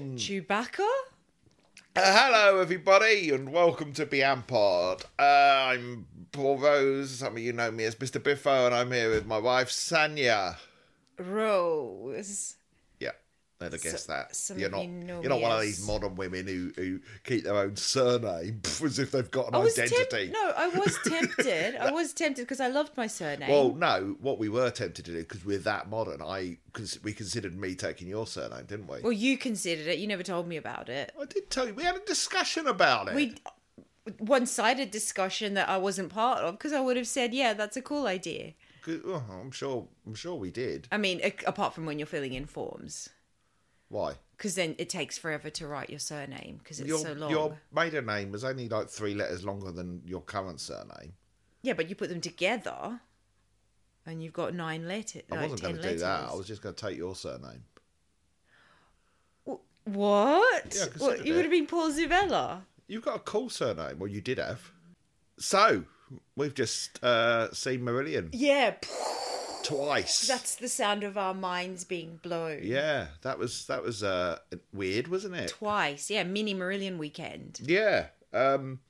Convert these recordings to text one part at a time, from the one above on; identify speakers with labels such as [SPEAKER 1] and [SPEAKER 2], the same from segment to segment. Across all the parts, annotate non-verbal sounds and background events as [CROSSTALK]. [SPEAKER 1] Chewbacca?
[SPEAKER 2] Uh, hello, everybody, and welcome to Beampod. Uh, I'm Paul Rose. Some of you know me as Mr. Biffo, and I'm here with my wife, Sanya.
[SPEAKER 1] Rose.
[SPEAKER 2] Yeah, I'd have guessed that.
[SPEAKER 1] some
[SPEAKER 2] you're
[SPEAKER 1] of
[SPEAKER 2] not,
[SPEAKER 1] you know
[SPEAKER 2] are not
[SPEAKER 1] me
[SPEAKER 2] one of
[SPEAKER 1] as-
[SPEAKER 2] these modern women who, who keep their own surname [LAUGHS] as if they've got an
[SPEAKER 1] I was
[SPEAKER 2] identity.
[SPEAKER 1] tempted. No, I was
[SPEAKER 2] [LAUGHS]
[SPEAKER 1] tempted. I was tempted because I loved my surname.
[SPEAKER 2] Well, no, what we were tempted to do, because we're that modern, I cons- we considered me taking your surname, didn't we?
[SPEAKER 1] well, you considered it. You never told me about it.
[SPEAKER 2] I did tell you. We had a discussion about it.
[SPEAKER 1] We one-sided discussion that I wasn't part of because I would have said, "Yeah, that's a cool idea."
[SPEAKER 2] 'Cause- oh, I'm sure. I'm sure we did.
[SPEAKER 1] I mean, a- apart from when you're filling in forms,
[SPEAKER 2] Why?
[SPEAKER 1] because then it takes forever to write your surname because it's
[SPEAKER 2] your,
[SPEAKER 1] so long.
[SPEAKER 2] your maiden name was only like three letters longer than your current surname.
[SPEAKER 1] Yeah, but you put them together, and you've got nine letters.
[SPEAKER 2] I wasn't
[SPEAKER 1] ten
[SPEAKER 2] going to do
[SPEAKER 1] letters.
[SPEAKER 2] that. I was just going to take your surname.
[SPEAKER 1] W- What?
[SPEAKER 2] Yeah, I considered
[SPEAKER 1] what? You would have been Paul Zuvella.
[SPEAKER 2] You've got a cool surname. Well, you did have. So we've just uh, seen Marillion
[SPEAKER 1] Yeah,
[SPEAKER 2] twice.
[SPEAKER 1] that's the sound of our minds being blown.
[SPEAKER 2] Yeah, that was that was uh, weird, wasn't it?
[SPEAKER 1] Twice. Yeah, mini Marillion weekend.
[SPEAKER 2] Yeah. Um,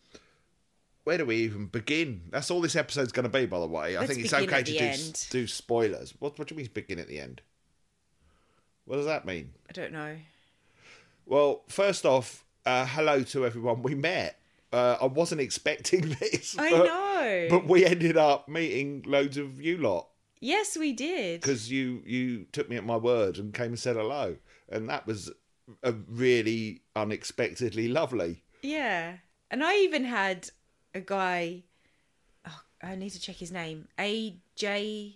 [SPEAKER 2] where do we even begin? That's all this episode's going to be, by the way. I
[SPEAKER 1] Let's
[SPEAKER 2] think it's
[SPEAKER 1] begin
[SPEAKER 2] okay
[SPEAKER 1] at
[SPEAKER 2] to
[SPEAKER 1] the
[SPEAKER 2] do,
[SPEAKER 1] end.
[SPEAKER 2] do spoilers. What, what do you mean begin at the end? What does that mean?
[SPEAKER 1] I don't know.
[SPEAKER 2] Well, first off, uh, hello to everyone we met. Uh, I wasn't expecting [LAUGHS] this.
[SPEAKER 1] I
[SPEAKER 2] but,
[SPEAKER 1] know.
[SPEAKER 2] Uh, But we ended up meeting loads of you lot
[SPEAKER 1] yes, we did.
[SPEAKER 2] because you you took me at my word and came and said hello, and that was a really unexpectedly lovely.
[SPEAKER 1] Yeah. And I even had a guy oh, I need to check his name. AJ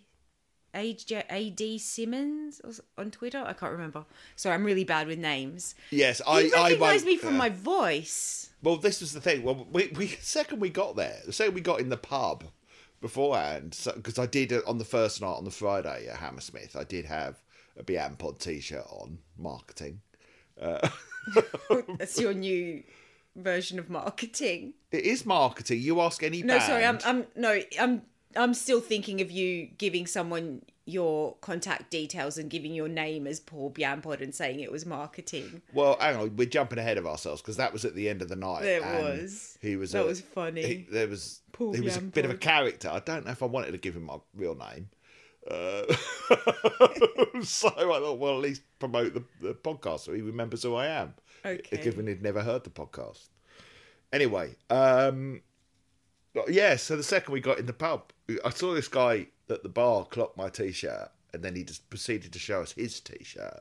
[SPEAKER 1] AJ AD Simmons or s- on Twitter. I can't remember. Sorry, I'm really bad with names.
[SPEAKER 2] Yes,
[SPEAKER 1] He
[SPEAKER 2] I I
[SPEAKER 1] recognized
[SPEAKER 2] won't-
[SPEAKER 1] me from
[SPEAKER 2] yeah.
[SPEAKER 1] my voice. [LAUGHS]
[SPEAKER 2] Well, this was the thing. Well, we, we [LAUGHS] second we got there, the second we got in the pub beforehand, because I did it on the first night on the Friday at Hammersmith. I did have a Pod T-shirt on, marketing.
[SPEAKER 1] That's your new version of marketing.
[SPEAKER 2] It is marketing. You ask any
[SPEAKER 1] No, sorry, I'm
[SPEAKER 2] band-
[SPEAKER 1] I'm no, I'm I'm still thinking of you giving someone your contact details and giving your name as Paul Bianpod and saying it was marketing.
[SPEAKER 2] Well, hang on, we're jumping ahead of ourselves because that was at the end of the night.
[SPEAKER 1] There
[SPEAKER 2] and
[SPEAKER 1] was.
[SPEAKER 2] He was.
[SPEAKER 1] That
[SPEAKER 2] a-
[SPEAKER 1] was funny.
[SPEAKER 2] He, there was.
[SPEAKER 1] Paul
[SPEAKER 2] he was a bit of a
[SPEAKER 1] Yambrough.
[SPEAKER 2] character. I don't know if I wanted to give him my real
[SPEAKER 1] [LAUGHS]
[SPEAKER 2] name. [LAUGHS] Uh, so I thought, well, at least promote the, the podcast so he remembers who I am.
[SPEAKER 1] Okay.
[SPEAKER 2] Given he'd never heard the podcast. Anyway, um, but yeah. So the second we got in the pub, I saw this guy at the bar clock my t-shirt, and then he just proceeded to show us his t-shirt.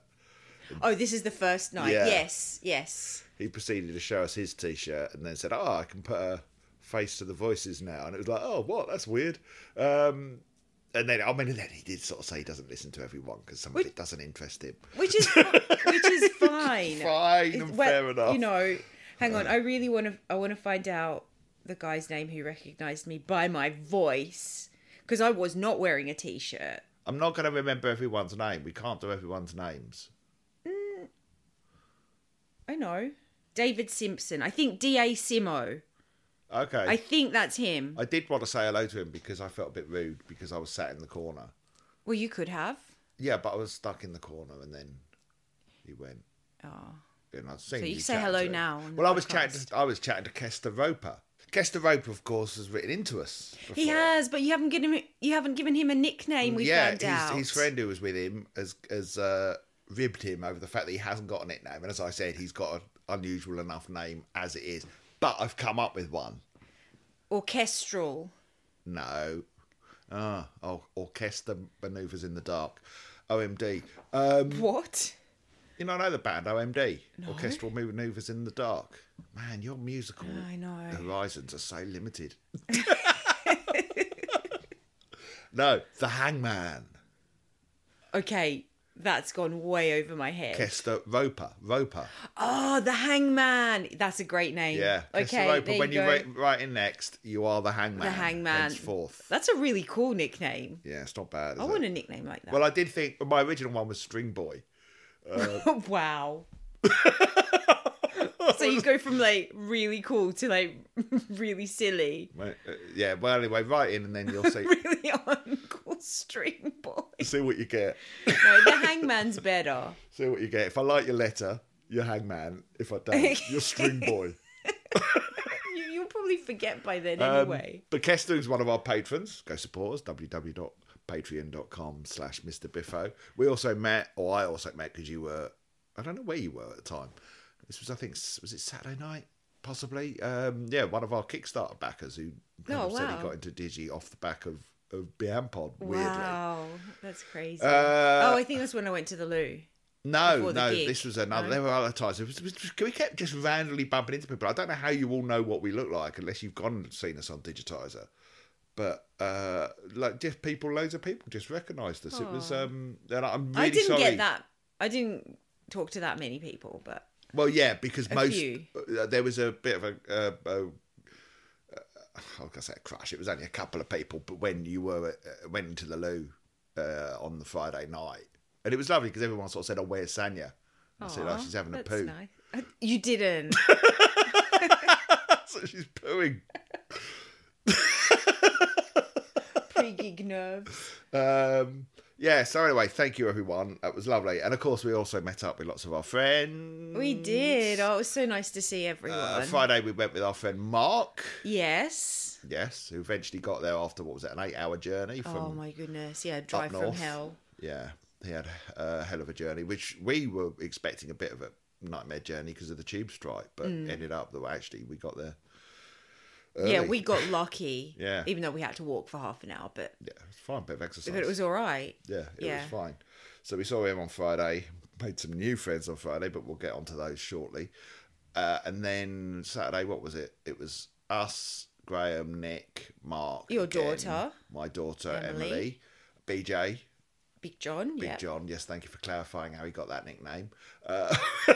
[SPEAKER 1] Oh, this is the first night.
[SPEAKER 2] Yeah.
[SPEAKER 1] Yes, yes.
[SPEAKER 2] he proceeded to show us his t-shirt and then said, "Oh, I can put a face to the voices now." And it was like, "Oh, what? That's weird." Um, and then, I mean, then he did sort of say he doesn't listen to everyone because some of it doesn't interest him.
[SPEAKER 1] Which is
[SPEAKER 2] [LAUGHS]
[SPEAKER 1] which is fine.
[SPEAKER 2] Fine
[SPEAKER 1] It's-
[SPEAKER 2] and
[SPEAKER 1] well,
[SPEAKER 2] fair enough.
[SPEAKER 1] You know, hang on. I really want to. I want to find out the guy's name who recognised me by my voice because I was not wearing a t-shirt.
[SPEAKER 2] I'm not going to remember everyone's name. We can't do everyone's names.
[SPEAKER 1] I know. David Simpson. I think D A Simo.
[SPEAKER 2] Okay.
[SPEAKER 1] I
[SPEAKER 2] I,
[SPEAKER 1] think that's him.
[SPEAKER 2] did want to say hello to him because I felt a bit rude because I was sat in the corner.
[SPEAKER 1] Well, you could have.
[SPEAKER 2] Yeah, but I was stuck in the corner, and then he went.
[SPEAKER 1] Oh.
[SPEAKER 2] and I've seen.
[SPEAKER 1] So you
[SPEAKER 2] you
[SPEAKER 1] say
[SPEAKER 2] chatting
[SPEAKER 1] hello
[SPEAKER 2] to him.
[SPEAKER 1] now on the
[SPEAKER 2] Well, I was chatting.
[SPEAKER 1] podcast.
[SPEAKER 2] To, I was chatting to Kester Roper. Kester Roper, of course, has written into us.
[SPEAKER 1] He
[SPEAKER 2] before.
[SPEAKER 1] has, but you haven't given him. You haven't given him a nickname. We
[SPEAKER 2] yeah,
[SPEAKER 1] found
[SPEAKER 2] his,
[SPEAKER 1] out.
[SPEAKER 2] his friend who was with him has has uh, ribbed him over the fact that he hasn't got a nickname, and as I said, he's got an unusual enough name as it is. But I've come up with one.
[SPEAKER 1] Orchestral.
[SPEAKER 2] No, ah, oh, Orchestra Maneuvers in the Dark, OMD. Um,
[SPEAKER 1] What?
[SPEAKER 2] you know, I know the band OMD, Orchestral Maneuvers in the Dark. Man, your musical
[SPEAKER 1] I know.
[SPEAKER 2] horizons are so
[SPEAKER 1] [LAUGHS]
[SPEAKER 2] limited. [LAUGHS] no, The Hangman,
[SPEAKER 1] Okay, that's gone way over my head.
[SPEAKER 2] Kester Roper, Roper.
[SPEAKER 1] Oh, the Hangman. That's a great name.
[SPEAKER 2] Yeah. Kester
[SPEAKER 1] Okay.
[SPEAKER 2] Roper,
[SPEAKER 1] there
[SPEAKER 2] when
[SPEAKER 1] you
[SPEAKER 2] you
[SPEAKER 1] go.
[SPEAKER 2] write, write in next, you are the hangman.
[SPEAKER 1] the Hangman.
[SPEAKER 2] Henceforth.
[SPEAKER 1] That's a really cool nickname.
[SPEAKER 2] Yeah, it's not bad. Is
[SPEAKER 1] I
[SPEAKER 2] it?
[SPEAKER 1] want a nickname like that.
[SPEAKER 2] Well, I did think my original one was String Boy.
[SPEAKER 1] [LAUGHS]
[SPEAKER 2] [LAUGHS]
[SPEAKER 1] wow. so you go from like really cool to like [LAUGHS] really silly, [LAUGHS]
[SPEAKER 2] Uh, Yeah. Well, anyway, write in and then you'll see
[SPEAKER 1] really [LAUGHS] uncool string boy.
[SPEAKER 2] see what you get.
[SPEAKER 1] No, the Hangman's better.
[SPEAKER 2] See what you get. If I like your letter, your hangman if I don't. Your
[SPEAKER 1] [LAUGHS]
[SPEAKER 2] string boy.
[SPEAKER 1] You, you'll probably forget by then
[SPEAKER 2] Um,
[SPEAKER 1] anyway.
[SPEAKER 2] But Kester is one of our patrons. Go support us. www.patreon.com slash Mr. Biffo. We also met, or I also met, because you were, I don't know where you were at the time. This was, I think, s- was it Saturday night? Possibly. Um, yeah, one of our Kickstarter backers who kind
[SPEAKER 1] Oh,
[SPEAKER 2] of said
[SPEAKER 1] wow.
[SPEAKER 2] he got into Digi off the back of, of Pod, weirdly.
[SPEAKER 1] wow, that's crazy.
[SPEAKER 2] Uh,
[SPEAKER 1] oh, I think that's when I went to the loo.
[SPEAKER 2] No,
[SPEAKER 1] before the
[SPEAKER 2] no,
[SPEAKER 1] gig,
[SPEAKER 2] this was another.
[SPEAKER 1] no?
[SPEAKER 2] There were other times. It was, it was just- we kept just randomly bumping into people. I don't know how you all know what we look like unless you've gone and seen us on Digitizer. But uh, like just people, loads of people just recognised us. It was
[SPEAKER 1] Aw.
[SPEAKER 2] um, and I'm really
[SPEAKER 1] I didn't
[SPEAKER 2] sorry.
[SPEAKER 1] get that. I didn't talk to that many people, but
[SPEAKER 2] Well, yeah, because most
[SPEAKER 1] few.
[SPEAKER 2] uh, there was a bit of a. Uh, a uh, I was gonna say a crush. It was only a couple of people, but when you were uh, went into the loo uh, on the Friday night, and it was lovely because everyone sort of said, "Oh, where's Sanya?" I said, "Oh,
[SPEAKER 1] Aw,
[SPEAKER 2] she's having a
[SPEAKER 1] that's
[SPEAKER 2] poo."
[SPEAKER 1] nice. I-
[SPEAKER 2] [LAUGHS]
[SPEAKER 1] You didn't.
[SPEAKER 2] so she's pooing.
[SPEAKER 1] Pre-gig nerves.
[SPEAKER 2] Um, yeah, so anyway, thank you everyone. That was lovely. And of course, we also met up with lots of our friends.
[SPEAKER 1] We did. Oh, it was so nice to see everyone.
[SPEAKER 2] Mm. Uh, Friday, we went with our friend Mark,
[SPEAKER 1] yes.
[SPEAKER 2] yes, who eventually got there after what was it, an eight hour journey from.
[SPEAKER 1] oh my goodness. Yeah, drive from
[SPEAKER 2] north.
[SPEAKER 1] hell.
[SPEAKER 2] Yeah, he had a hell of a journey, which we were expecting a bit of a nightmare journey because of the tube strike, but
[SPEAKER 1] Mm.
[SPEAKER 2] ended up that actually we got there.
[SPEAKER 1] Yeah,
[SPEAKER 2] early.
[SPEAKER 1] we got lucky.
[SPEAKER 2] [LAUGHS] Yeah.
[SPEAKER 1] Even though we had to walk for half an hour, but
[SPEAKER 2] Yeah, it's fine, bit of exercise.
[SPEAKER 1] but it was all right.
[SPEAKER 2] Yeah, it
[SPEAKER 1] Yeah.
[SPEAKER 2] was fine. So we saw him on Friday, made some new friends on Friday, but we'll get onto those shortly. Uh, and then Saturday, what was it? It was us, Graham, Nick, Mark.
[SPEAKER 1] Your daughter.
[SPEAKER 2] My daughter, Emily.
[SPEAKER 1] Emily.
[SPEAKER 2] BJ.
[SPEAKER 1] Big John.
[SPEAKER 2] Big
[SPEAKER 1] yeah.
[SPEAKER 2] John. Yes, thank you for clarifying how he got that nickname. Uh, [LAUGHS]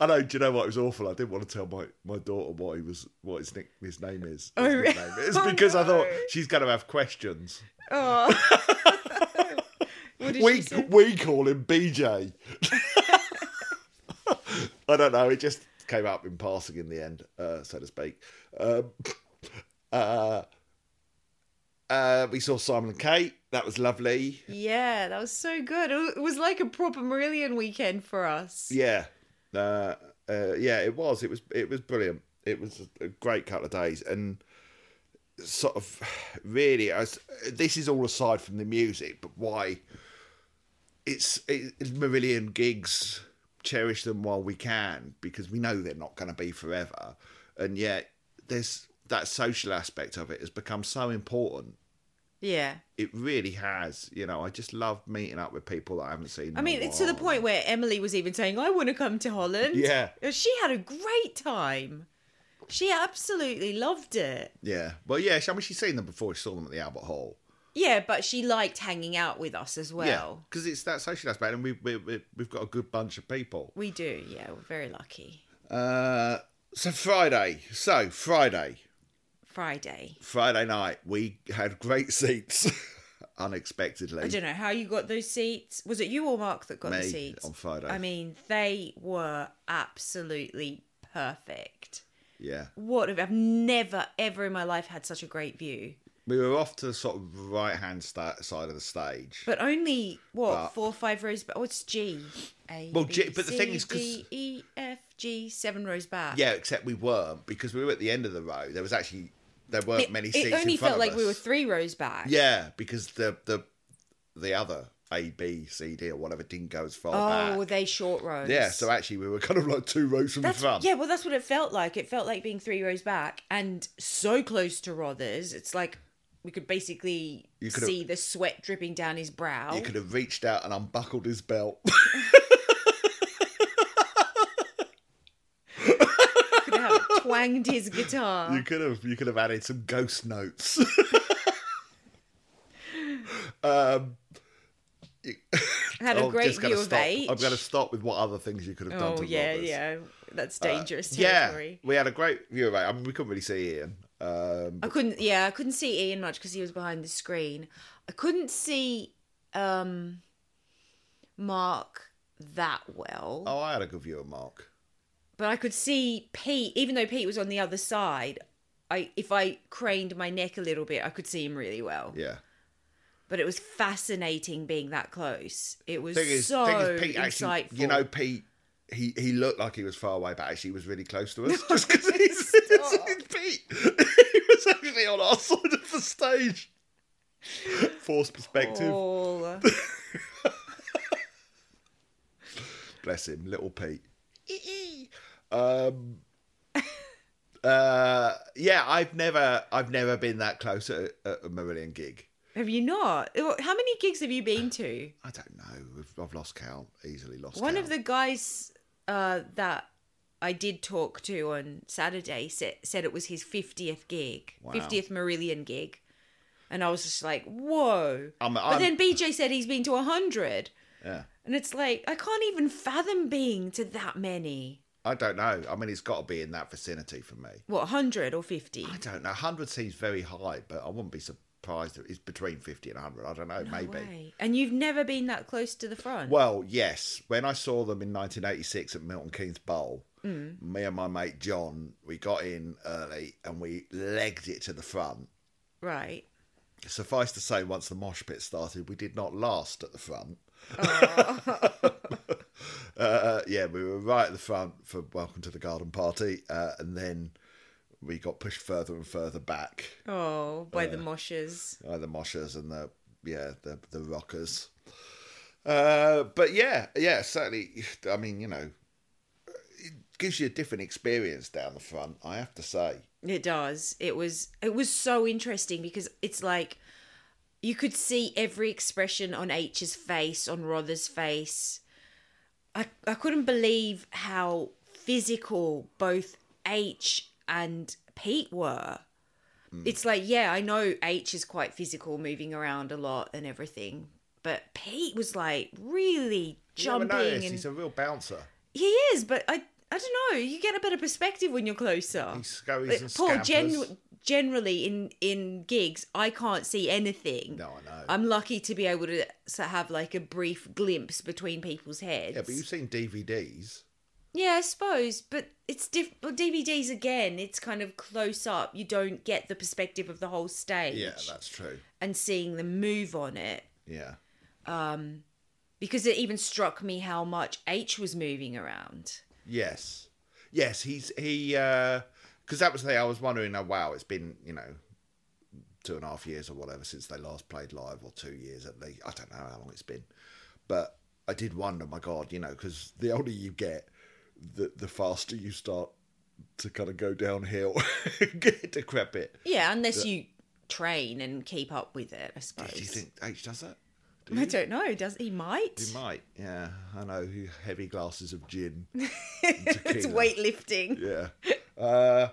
[SPEAKER 2] I know. Do you know what? It was awful. I didn't want to tell my, my daughter what he was, what his nick, his name is.
[SPEAKER 1] Oh,
[SPEAKER 2] his
[SPEAKER 1] re-
[SPEAKER 2] nickname is,
[SPEAKER 1] [LAUGHS] Oh,
[SPEAKER 2] because I thought
[SPEAKER 1] no.
[SPEAKER 2] she's going to have questions.
[SPEAKER 1] Oh.
[SPEAKER 2] [LAUGHS]
[SPEAKER 1] [LAUGHS] what did she
[SPEAKER 2] We
[SPEAKER 1] say?
[SPEAKER 2] we call him BJ. I don't know. It just came up in passing in the end, uh, so to speak. Um, uh, uh, we saw Simon and Kate. That was lovely.
[SPEAKER 1] Yeah, that was so good. It was- It was like a proper Marillion weekend for us.
[SPEAKER 2] Yeah, uh, uh, yeah, it was. It was. It was brilliant. It was a great couple of days, and sort of [SIGHS] really, I s this is all aside from the music, but why? It's it's Marillion gigs. Cherish them while we can because we know they're not going to be forever, and yet there's that social aspect of it has become so important.
[SPEAKER 1] Yeah.
[SPEAKER 2] It really has. You know, I just love meeting up with people that I haven't seen.
[SPEAKER 1] I mean, it's to the point where Emily was even saying, I want to come to Holland. Uh,
[SPEAKER 2] Yeah.
[SPEAKER 1] She had a great time. She absolutely loved it.
[SPEAKER 2] Yeah. Well, yeah. she- I mean, she's seen them before. She saw them at the Albert Hall.
[SPEAKER 1] Yeah, but she liked hanging out with us as well.
[SPEAKER 2] Yeah. Because it's that social aspect, and we, we, we we've got a good bunch of people.
[SPEAKER 1] We do. Yeah, we're very lucky.
[SPEAKER 2] Uh, so Friday. So Friday.
[SPEAKER 1] Friday.
[SPEAKER 2] Friday night, we had great seats. [LAUGHS] Unexpectedly,
[SPEAKER 1] I don't know how you got those seats. Was it you or Mark that got the
[SPEAKER 2] Me,
[SPEAKER 1] seats?
[SPEAKER 2] on Friday.
[SPEAKER 1] I mean, they were absolutely perfect.
[SPEAKER 2] yeah,
[SPEAKER 1] What have I've never ever in my life had such a great view.
[SPEAKER 2] we were off to the sort of right hand sta- side of the stage.
[SPEAKER 1] But only what
[SPEAKER 2] But-
[SPEAKER 1] four or five rows back. Oh, it's G. A,
[SPEAKER 2] Well,
[SPEAKER 1] B,
[SPEAKER 2] G- but the
[SPEAKER 1] C,
[SPEAKER 2] thing is 'cause-
[SPEAKER 1] D, E, F, G, seven rows back.
[SPEAKER 2] yeah, except we weren't because we were at the end of the row. There was actually there weren't
[SPEAKER 1] It,
[SPEAKER 2] many
[SPEAKER 1] it
[SPEAKER 2] seats.
[SPEAKER 1] only
[SPEAKER 2] in front
[SPEAKER 1] felt
[SPEAKER 2] of
[SPEAKER 1] like we
[SPEAKER 2] us.
[SPEAKER 1] were three rows back.
[SPEAKER 2] Yeah, because the the the other A B C D or whatever didn't go as far back.
[SPEAKER 1] Oh, were they short rows?
[SPEAKER 2] Yeah, so actually we were [LAUGHS] kind of like two rows from
[SPEAKER 1] that's
[SPEAKER 2] the front.
[SPEAKER 1] yeah. Well, that's what it felt like. It felt like being three rows back and so close to Rothers. It's like we could basically
[SPEAKER 2] You could've-
[SPEAKER 1] see the sweat dripping down his brow.
[SPEAKER 2] He could have reached out and unbuckled his belt. [LAUGHS]
[SPEAKER 1] could have twanged his
[SPEAKER 2] [LAUGHS]
[SPEAKER 1] guitar.
[SPEAKER 2] you could have you could have added some ghost
[SPEAKER 1] [LAUGHS]
[SPEAKER 2] notes. um
[SPEAKER 1] Had a
[SPEAKER 2] I'm
[SPEAKER 1] great
[SPEAKER 2] just gonna
[SPEAKER 1] view of
[SPEAKER 2] stop.
[SPEAKER 1] H.
[SPEAKER 2] I'm gonna stop with what other things you could have done
[SPEAKER 1] Oh
[SPEAKER 2] to
[SPEAKER 1] yeah,
[SPEAKER 2] Robbers.
[SPEAKER 1] yeah. That's dangerous
[SPEAKER 2] Uh, Yeah.
[SPEAKER 1] territory.
[SPEAKER 2] We had a great view of it. I mean we couldn't really see Ian. Um
[SPEAKER 1] I couldn't. Yeah, I couldn't see Ian much because he was behind the screen. I couldn't see um Mark that well,
[SPEAKER 2] Oh I had a good view of Mark.
[SPEAKER 1] but I could see Pete. Even though Pete was on the other side, I if I craned my neck a little bit, I could see him really well.
[SPEAKER 2] Yeah.
[SPEAKER 1] but it was fascinating being that close. It was
[SPEAKER 2] Thing is,
[SPEAKER 1] so
[SPEAKER 2] thing is Pete
[SPEAKER 1] insightful.
[SPEAKER 2] actually, you know,
[SPEAKER 1] [LAUGHS]
[SPEAKER 2] [LAUGHS] Pete, he, he looked like he was far away, but actually he was really close to us. [LAUGHS] just
[SPEAKER 1] [LAUGHS]
[SPEAKER 2] because he's,
[SPEAKER 1] Oh.
[SPEAKER 2] he's Pete. [LAUGHS] he was actually on our [LAUGHS] side of the stage. Forced perspective.
[SPEAKER 1] Paul.
[SPEAKER 2] Bless him, little Pete.
[SPEAKER 1] [LAUGHS]
[SPEAKER 2] um, uh, yeah, I've never, I've never been that close at, a- at a Marillion gig.
[SPEAKER 1] have you not? How many gigs have you been to?
[SPEAKER 2] I don't know. I've, I've lost count. Easily lost.
[SPEAKER 1] One of
[SPEAKER 2] count.
[SPEAKER 1] the guys uh, that I did talk to on Saturday said, said it was his 50th gig,
[SPEAKER 2] Wow.
[SPEAKER 1] 50th Marillion gig. And I was just like, whoa.
[SPEAKER 2] I'm-
[SPEAKER 1] but
[SPEAKER 2] I'm-
[SPEAKER 1] then BJ said he's been to 100.
[SPEAKER 2] Yeah.
[SPEAKER 1] And it's like, I can't even fathom being to that many.
[SPEAKER 2] I don't know. I mean, it's got to be in that vicinity for me.
[SPEAKER 1] What, 100 or 50?
[SPEAKER 2] I don't know. Hundred seems very high, but I wouldn't be surprised if it's between fifty and hundred. I don't know.
[SPEAKER 1] No
[SPEAKER 2] maybe.
[SPEAKER 1] way. And you've never been that close to the front.
[SPEAKER 2] Well, yes. When I saw them in 1986 at Milton Keynes Bowl,
[SPEAKER 1] Mm.
[SPEAKER 2] me and my mate John, we got in early and we legged it to the front.
[SPEAKER 1] Right.
[SPEAKER 2] Suffice to say, once the mosh pit started, we did not last at the front. [LAUGHS] uh, yeah, we were right at the front for Welcome to the Garden Party, uh, and then we got pushed further and further back
[SPEAKER 1] Oh, by the moshes.
[SPEAKER 2] uh, the moshers and the yeah the the rockers. Uh, but yeah, yeah, certainly. I mean, you know, it gives you a different experience down the front. I have to say,
[SPEAKER 1] It does. It was it was so interesting because it's like you could see every expression on H's face, on Rother's face. I I couldn't believe how physical both H and Pete were.
[SPEAKER 2] Hmm.
[SPEAKER 1] It's like, yeah, I know H is quite physical, moving around a lot and everything, but Pete was like really
[SPEAKER 2] You never
[SPEAKER 1] jumping
[SPEAKER 2] noticed,
[SPEAKER 1] and
[SPEAKER 2] he's a real bouncer.
[SPEAKER 1] he is, but I I don't know. You get a better perspective when you're closer.
[SPEAKER 2] He scurries
[SPEAKER 1] But
[SPEAKER 2] and
[SPEAKER 1] Paul,
[SPEAKER 2] scampers.
[SPEAKER 1] gen- generally in in gigs, I can't see anything.
[SPEAKER 2] No, I know.
[SPEAKER 1] I'm lucky to be able to s- have like a brief glimpse between people's heads.
[SPEAKER 2] yeah, but you've seen DVDs.
[SPEAKER 1] Yeah, I suppose, but it's diff- well, DVDs again. It's kind of close up. You don't get the perspective of the whole stage
[SPEAKER 2] Yeah, that's true.
[SPEAKER 1] and seeing them move on it
[SPEAKER 2] Yeah,
[SPEAKER 1] because it even struck me how much H was moving around.
[SPEAKER 2] yes, yes. He's he because that was the thing I was wondering. Uh, wow, it's been you know two and a half years or whatever since they last played live, or two years at least. I don't know how long it's been, but I did wonder. My God, you know, because the older you get, the the faster you start to kind of go downhill, [LAUGHS] get decrepit.
[SPEAKER 1] Yeah, unless you train and keep up with it, I suppose.
[SPEAKER 2] Do you think H does that? Do
[SPEAKER 1] I
[SPEAKER 2] you?
[SPEAKER 1] don't know. Does he might?
[SPEAKER 2] He might. Yeah, I know. Heavy glasses of gin.
[SPEAKER 1] [LAUGHS] it's
[SPEAKER 2] tequila.
[SPEAKER 1] weightlifting.
[SPEAKER 2] yeah. Uh,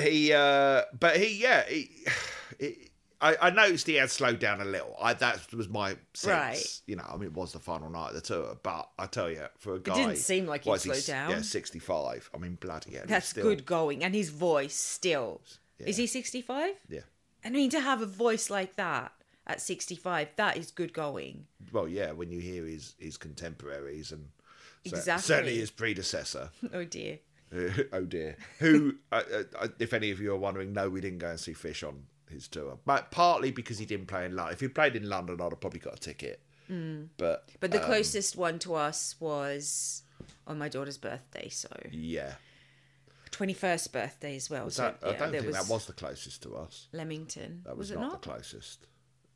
[SPEAKER 2] he, uh, but he, yeah, he, [SIGHS] he, I, I noticed he had slowed down a little. I that was my sense.
[SPEAKER 1] Right.
[SPEAKER 2] You know, I mean, it was the final night of the tour, but I tell you, for a guy,
[SPEAKER 1] didn't seem like he'd
[SPEAKER 2] what is he,
[SPEAKER 1] slowed
[SPEAKER 2] s-
[SPEAKER 1] down.
[SPEAKER 2] Yeah, sixty-five. I mean, bloody hell, he's
[SPEAKER 1] That's
[SPEAKER 2] still-
[SPEAKER 1] good going. And his voice still. Is
[SPEAKER 2] Yeah.
[SPEAKER 1] he 65?
[SPEAKER 2] Yeah.
[SPEAKER 1] I mean, to have a voice like that at 65, that is good going. [LAUGHS]
[SPEAKER 2] Well, yeah, when you hear his his contemporaries and cer-
[SPEAKER 1] Exactly.
[SPEAKER 2] certainly his predecessor.
[SPEAKER 1] Oh dear.
[SPEAKER 2] [LAUGHS] oh dear. Who, uh, uh, if any of you are wondering, no, we didn't go and see Fish on his tour, but partly because he didn't play in London. If he played in London, I'd have probably got a ticket.
[SPEAKER 1] Mm.
[SPEAKER 2] But
[SPEAKER 1] But the closest one to us was on my daughter's birthday, so
[SPEAKER 2] yeah,
[SPEAKER 1] 21st birthday as well. so
[SPEAKER 2] That- I
[SPEAKER 1] yeah,
[SPEAKER 2] don't
[SPEAKER 1] there
[SPEAKER 2] think
[SPEAKER 1] was,
[SPEAKER 2] that was the closest to us.
[SPEAKER 1] Leamington.
[SPEAKER 2] That was,
[SPEAKER 1] was it
[SPEAKER 2] not,
[SPEAKER 1] not?
[SPEAKER 2] the closest.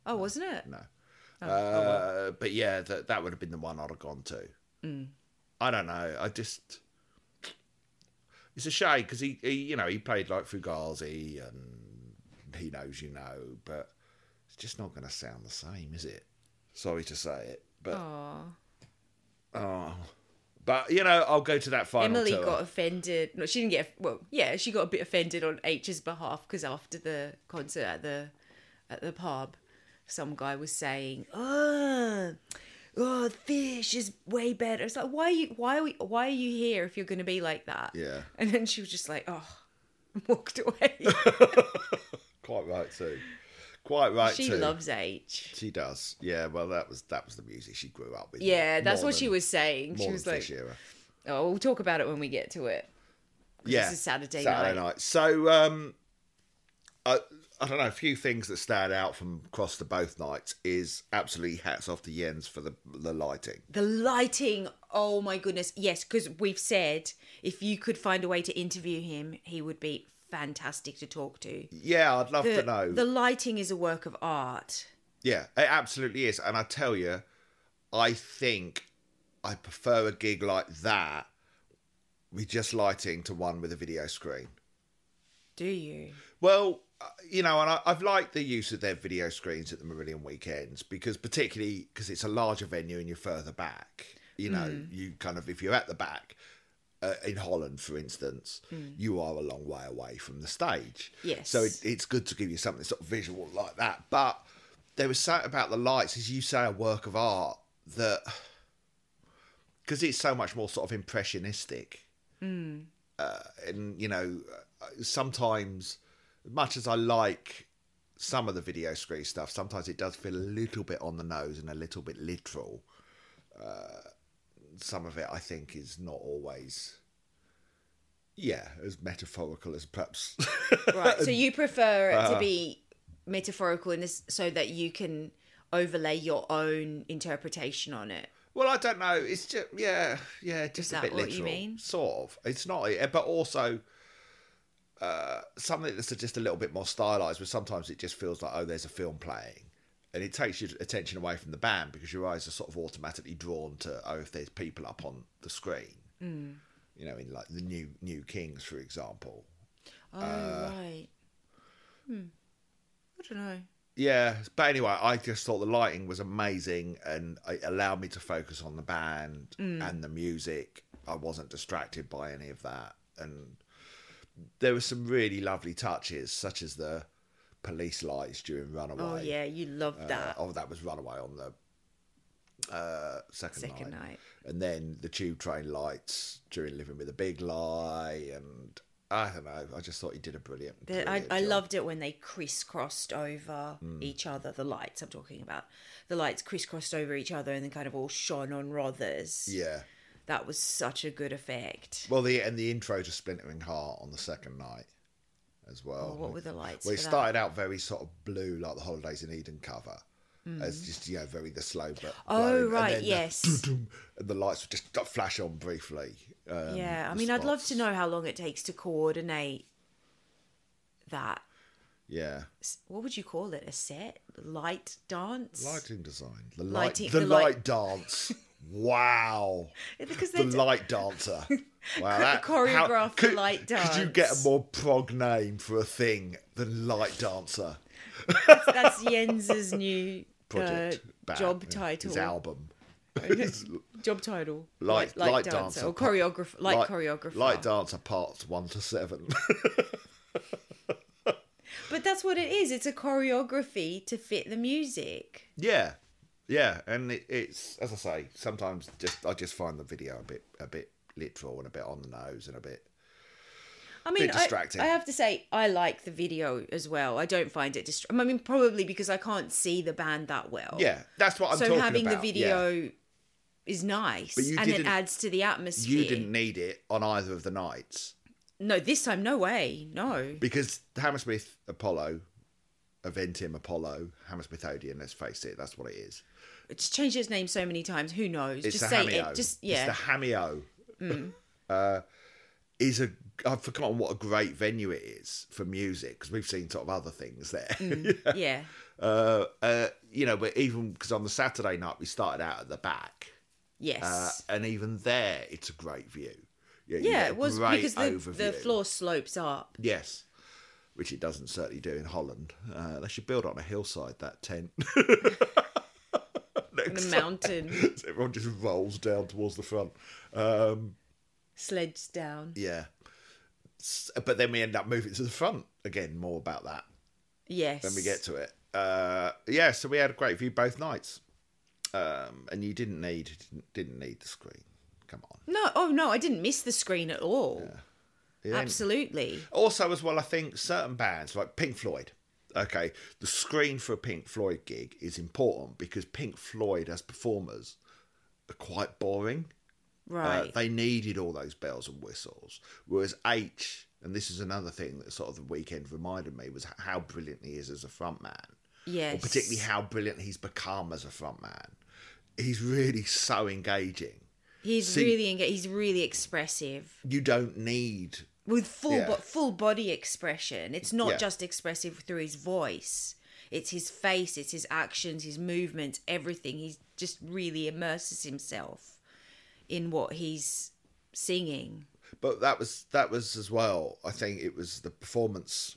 [SPEAKER 1] Oh, wasn't it?
[SPEAKER 2] No.
[SPEAKER 1] Oh,
[SPEAKER 2] uh, But yeah, that that would have been the one I'd have gone to.
[SPEAKER 1] Mm.
[SPEAKER 2] I don't know. I just. It's a shame because he, he, you know, he played like Fugazi and he knows you know, but it's just not going to sound the same, is it? Sorry to say it, but
[SPEAKER 1] Aw.
[SPEAKER 2] oh, but you know, I'll go to that final
[SPEAKER 1] Emily
[SPEAKER 2] tour.
[SPEAKER 1] got offended. No, she didn't get. Well, yeah, she got a bit offended on H's behalf because after the concert at the at the pub, some guy was saying, "Oh, oh, fish is way better." It's like, why are you? Why are we? Why are you here if you're going to be like that?
[SPEAKER 2] Yeah.
[SPEAKER 1] And then she was just like, "Oh," and
[SPEAKER 2] [LAUGHS]
[SPEAKER 1] walked away.
[SPEAKER 2] Quite right too. Quite right
[SPEAKER 1] she
[SPEAKER 2] too.
[SPEAKER 1] loves H.
[SPEAKER 2] She does. Yeah. Well, that was that was the music she grew up with.
[SPEAKER 1] Yeah, that's
[SPEAKER 2] More
[SPEAKER 1] what she
[SPEAKER 2] than-
[SPEAKER 1] was saying.
[SPEAKER 2] More
[SPEAKER 1] She was
[SPEAKER 2] than
[SPEAKER 1] like,
[SPEAKER 2] Fish era.
[SPEAKER 1] "Oh, we'll talk about it when we get to it."
[SPEAKER 2] yeah,
[SPEAKER 1] it's a Saturday
[SPEAKER 2] Saturday
[SPEAKER 1] night.
[SPEAKER 2] So um, I I don't know, a few things that stand out from across the both nights is absolutely hats off to Jens for the the lighting.
[SPEAKER 1] The lighting, oh my goodness. Yes, because we've said if you could find a way to interview him, he would be fantastic to talk to.
[SPEAKER 2] Yeah, I'd love
[SPEAKER 1] The,
[SPEAKER 2] to know.
[SPEAKER 1] the lighting is a work of art.
[SPEAKER 2] Yeah, it absolutely is. And I tell you, I think I prefer a gig like that with just lighting to one with a video screen.
[SPEAKER 1] Do you?
[SPEAKER 2] [LAUGHS] Well, uh, you know, and I, I've liked the use of their video screens at the Meridian weekends because, particularly because it's a larger venue and you're further back. You know, you kind of if you're at the back uh, in Holland, for instance, you are a long way away from the stage.
[SPEAKER 1] Yes.
[SPEAKER 2] So it, it's good to give you something sort of visual like that. But there was something about the lights, as you say, a work of art that because it's so much more sort of impressionistic and you know sometimes much as i like some of the video screen stuff sometimes it does feel a little bit on the nose and a little bit literal uh, some of it i think is not always yeah as metaphorical as perhaps
[SPEAKER 1] Right. So you prefer it
[SPEAKER 2] Uh-huh.
[SPEAKER 1] to be metaphorical in this so that you can overlay your own interpretation on it.
[SPEAKER 2] well i don't know it's just yeah yeah just a
[SPEAKER 1] that
[SPEAKER 2] bit
[SPEAKER 1] what you
[SPEAKER 2] literal
[SPEAKER 1] mean?
[SPEAKER 2] sort of it's not eh, but also uh, something that's just a little bit more stylized where sometimes it just feels like oh there's a film playing and it takes your attention away from the band because your eyes are sort of automatically drawn to oh if there's people up on the screen
[SPEAKER 1] Mm.
[SPEAKER 2] you know in like the new new kings for example
[SPEAKER 1] Oh,
[SPEAKER 2] Uh,
[SPEAKER 1] right. Hmm. I don't know.
[SPEAKER 2] yeah but anyway i just thought the lighting was amazing and it allowed me to focus on the band
[SPEAKER 1] Mm.
[SPEAKER 2] and the music i wasn't distracted by any of that and there were some really lovely touches such as the police lights during runaway
[SPEAKER 1] Oh, yeah. You love that.
[SPEAKER 2] Uh, oh, that was Runaway on the uh, second,
[SPEAKER 1] Second
[SPEAKER 2] night.
[SPEAKER 1] night.
[SPEAKER 2] and then the Tube Train lights during Living with a Big Lie, and I don't know. I just thought he did a brilliant.
[SPEAKER 1] The- I,
[SPEAKER 2] brilliant
[SPEAKER 1] I
[SPEAKER 2] job. Hmm.
[SPEAKER 1] loved it when they crisscrossed over each other. The lights I'm talking about, the lights crisscrossed over each other and then kind of all shone on Rothers.
[SPEAKER 2] Yeah.
[SPEAKER 1] That was such a good effect.
[SPEAKER 2] Well, the and the intro to Splintering Heart on the second night, as well.
[SPEAKER 1] Oh, what were the lights?
[SPEAKER 2] Well, it
[SPEAKER 1] for that?
[SPEAKER 2] started out very sort of blue, like the Holidays in Eden cover. As just you know, very the slow but
[SPEAKER 1] Hmm. Oh,
[SPEAKER 2] blowing, and
[SPEAKER 1] right,
[SPEAKER 2] then the
[SPEAKER 1] yes.
[SPEAKER 2] doo-doom, and the lights would just flash on briefly. [CLEARS THROAT] Um,
[SPEAKER 1] yeah, I
[SPEAKER 2] the
[SPEAKER 1] mean, I'd love
[SPEAKER 2] spots.
[SPEAKER 1] to know how long it takes to coordinate that.
[SPEAKER 2] Yeah,
[SPEAKER 1] S- What would you call it? A set light dance?
[SPEAKER 2] Lighting design. The light,
[SPEAKER 1] Lighting-
[SPEAKER 2] the,
[SPEAKER 1] the
[SPEAKER 2] light,
[SPEAKER 1] light-
[SPEAKER 2] dance.
[SPEAKER 1] [LAUGHS]
[SPEAKER 2] Wow.
[SPEAKER 1] Because
[SPEAKER 2] the
[SPEAKER 1] they d-
[SPEAKER 2] light dancer.
[SPEAKER 1] [LAUGHS]
[SPEAKER 2] Wow. That,
[SPEAKER 1] choreographed the
[SPEAKER 2] could-
[SPEAKER 1] light
[SPEAKER 2] Could you get a
[SPEAKER 1] dance.
[SPEAKER 2] more prog name for a thing than light dancer
[SPEAKER 1] that's Jens's new
[SPEAKER 2] project?
[SPEAKER 1] uh,
[SPEAKER 2] Band,
[SPEAKER 1] job
[SPEAKER 2] yeah,
[SPEAKER 1] title. Oh,
[SPEAKER 2] His album. [LAUGHS]
[SPEAKER 1] job title.
[SPEAKER 2] Light, light, dancer,
[SPEAKER 1] or
[SPEAKER 2] part-
[SPEAKER 1] choreographer. Light, choreographer.
[SPEAKER 2] Light dancer parts one to seven. [LAUGHS]
[SPEAKER 1] But that's what it is. It's a choreography to fit the music.
[SPEAKER 2] yeah. Yeah, and it, it's as I say. Sometimes just I just find the video a bit a bit literal and a bit on the nose and a bit
[SPEAKER 1] I mean, I,
[SPEAKER 2] distracting.
[SPEAKER 1] I have to say, I like the video as well. I don't find it distra- I mean, probably because I can't see the band that well.
[SPEAKER 2] yeah. That's what I'm
[SPEAKER 1] So
[SPEAKER 2] talking
[SPEAKER 1] having
[SPEAKER 2] about.
[SPEAKER 1] the
[SPEAKER 2] yeah.
[SPEAKER 1] video is nice,
[SPEAKER 2] you
[SPEAKER 1] and it
[SPEAKER 2] didn't-
[SPEAKER 1] adds to the atmosphere.
[SPEAKER 2] you didn't need it on either of the nights
[SPEAKER 1] No, this time, no way, no.
[SPEAKER 2] because Hammersmith Apollo, Aventim Apollo, Hammersmith Odeon. Let's face it, that's what it is.
[SPEAKER 1] It's changed its name so many times. Who knows?
[SPEAKER 2] It's
[SPEAKER 1] just
[SPEAKER 2] the
[SPEAKER 1] say
[SPEAKER 2] Hamio.
[SPEAKER 1] it. Just yeah. Mm.
[SPEAKER 2] It's the Hamio. [LAUGHS] uh, is a I've forgotten what a great venue it is for music because we've seen sort of other things there.
[SPEAKER 1] yeah.
[SPEAKER 2] [LAUGHS] uh, uh, you know, but even because on the Saturday night we started out at the back,
[SPEAKER 1] Yes.
[SPEAKER 2] uh, and even there it's a great view. Yeah, you
[SPEAKER 1] yeah,
[SPEAKER 2] get a
[SPEAKER 1] it was
[SPEAKER 2] great
[SPEAKER 1] because the, the
[SPEAKER 2] overview.
[SPEAKER 1] floor slopes up.
[SPEAKER 2] Yes, which it doesn't certainly do in Holland. Uh, they should build on a hillside that tent. [LAUGHS]
[SPEAKER 1] The
[SPEAKER 2] Next time,
[SPEAKER 1] mountain
[SPEAKER 2] so everyone just rolls down towards the front. Um,
[SPEAKER 1] sleds down.
[SPEAKER 2] yeah, S- but then we end up moving to the front again. More about that
[SPEAKER 1] Yes.
[SPEAKER 2] when we get to it. Uh, yeah, so we had a great view both nights, um, and you didn't need didn't need the screen. Come on,
[SPEAKER 1] No, oh no, I didn't miss the screen at all.
[SPEAKER 2] You don't-
[SPEAKER 1] Absolutely.
[SPEAKER 2] Also, as well, I think certain bands like Pink Floyd. Okay, the screen for a Pink Floyd gig is important because Pink Floyd, as performers, are quite boring. Uh,
[SPEAKER 1] Right.
[SPEAKER 2] they needed all those bells and whistles. Whereas H And this is another thing that sort of the weekend reminded me was how brilliant he is as a frontman,
[SPEAKER 1] Yes.
[SPEAKER 2] or particularly how brilliant he's become as a frontman. He's really so engaging.
[SPEAKER 1] he's
[SPEAKER 2] see-
[SPEAKER 1] really enga- he's really expressive
[SPEAKER 2] You don't need
[SPEAKER 1] with full
[SPEAKER 2] Yeah.
[SPEAKER 1] bo- full body expression. It's not
[SPEAKER 2] Yeah.
[SPEAKER 1] just expressive through his voice. It's his face, it's his actions, his movements, everything. He just really immerses himself in what he's singing.
[SPEAKER 2] but that was that was as well. I think it was the performance.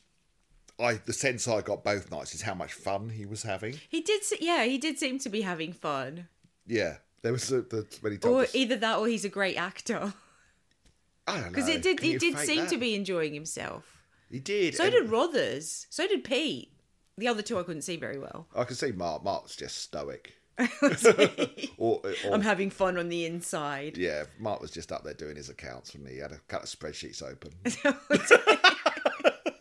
[SPEAKER 2] I the sense I got both nights is how much fun he was having.
[SPEAKER 1] He did, se- yeah, he did seem to be having fun.
[SPEAKER 2] Yeah, there was a, the when he told
[SPEAKER 1] Or
[SPEAKER 2] us.
[SPEAKER 1] either that, or he's a great actor. [LAUGHS]
[SPEAKER 2] I don't know
[SPEAKER 1] Because it did,
[SPEAKER 2] Can
[SPEAKER 1] he
[SPEAKER 2] you
[SPEAKER 1] did
[SPEAKER 2] fake
[SPEAKER 1] seem
[SPEAKER 2] that?
[SPEAKER 1] to be enjoying himself.
[SPEAKER 2] He did.
[SPEAKER 1] So
[SPEAKER 2] and
[SPEAKER 1] did Rothers. So did Pete. The other two I couldn't see very well.
[SPEAKER 2] I can see Mark. Mark's just
[SPEAKER 1] [LAUGHS]
[SPEAKER 2] stoic. [LAUGHS] or, or
[SPEAKER 1] I'm having fun on the inside.
[SPEAKER 2] Oh. yeah, Mark was just up there doing his accounts when he had a couple of spreadsheets
[SPEAKER 1] [LAUGHS]
[SPEAKER 2] open.
[SPEAKER 1] Oh,
[SPEAKER 2] [LAUGHS]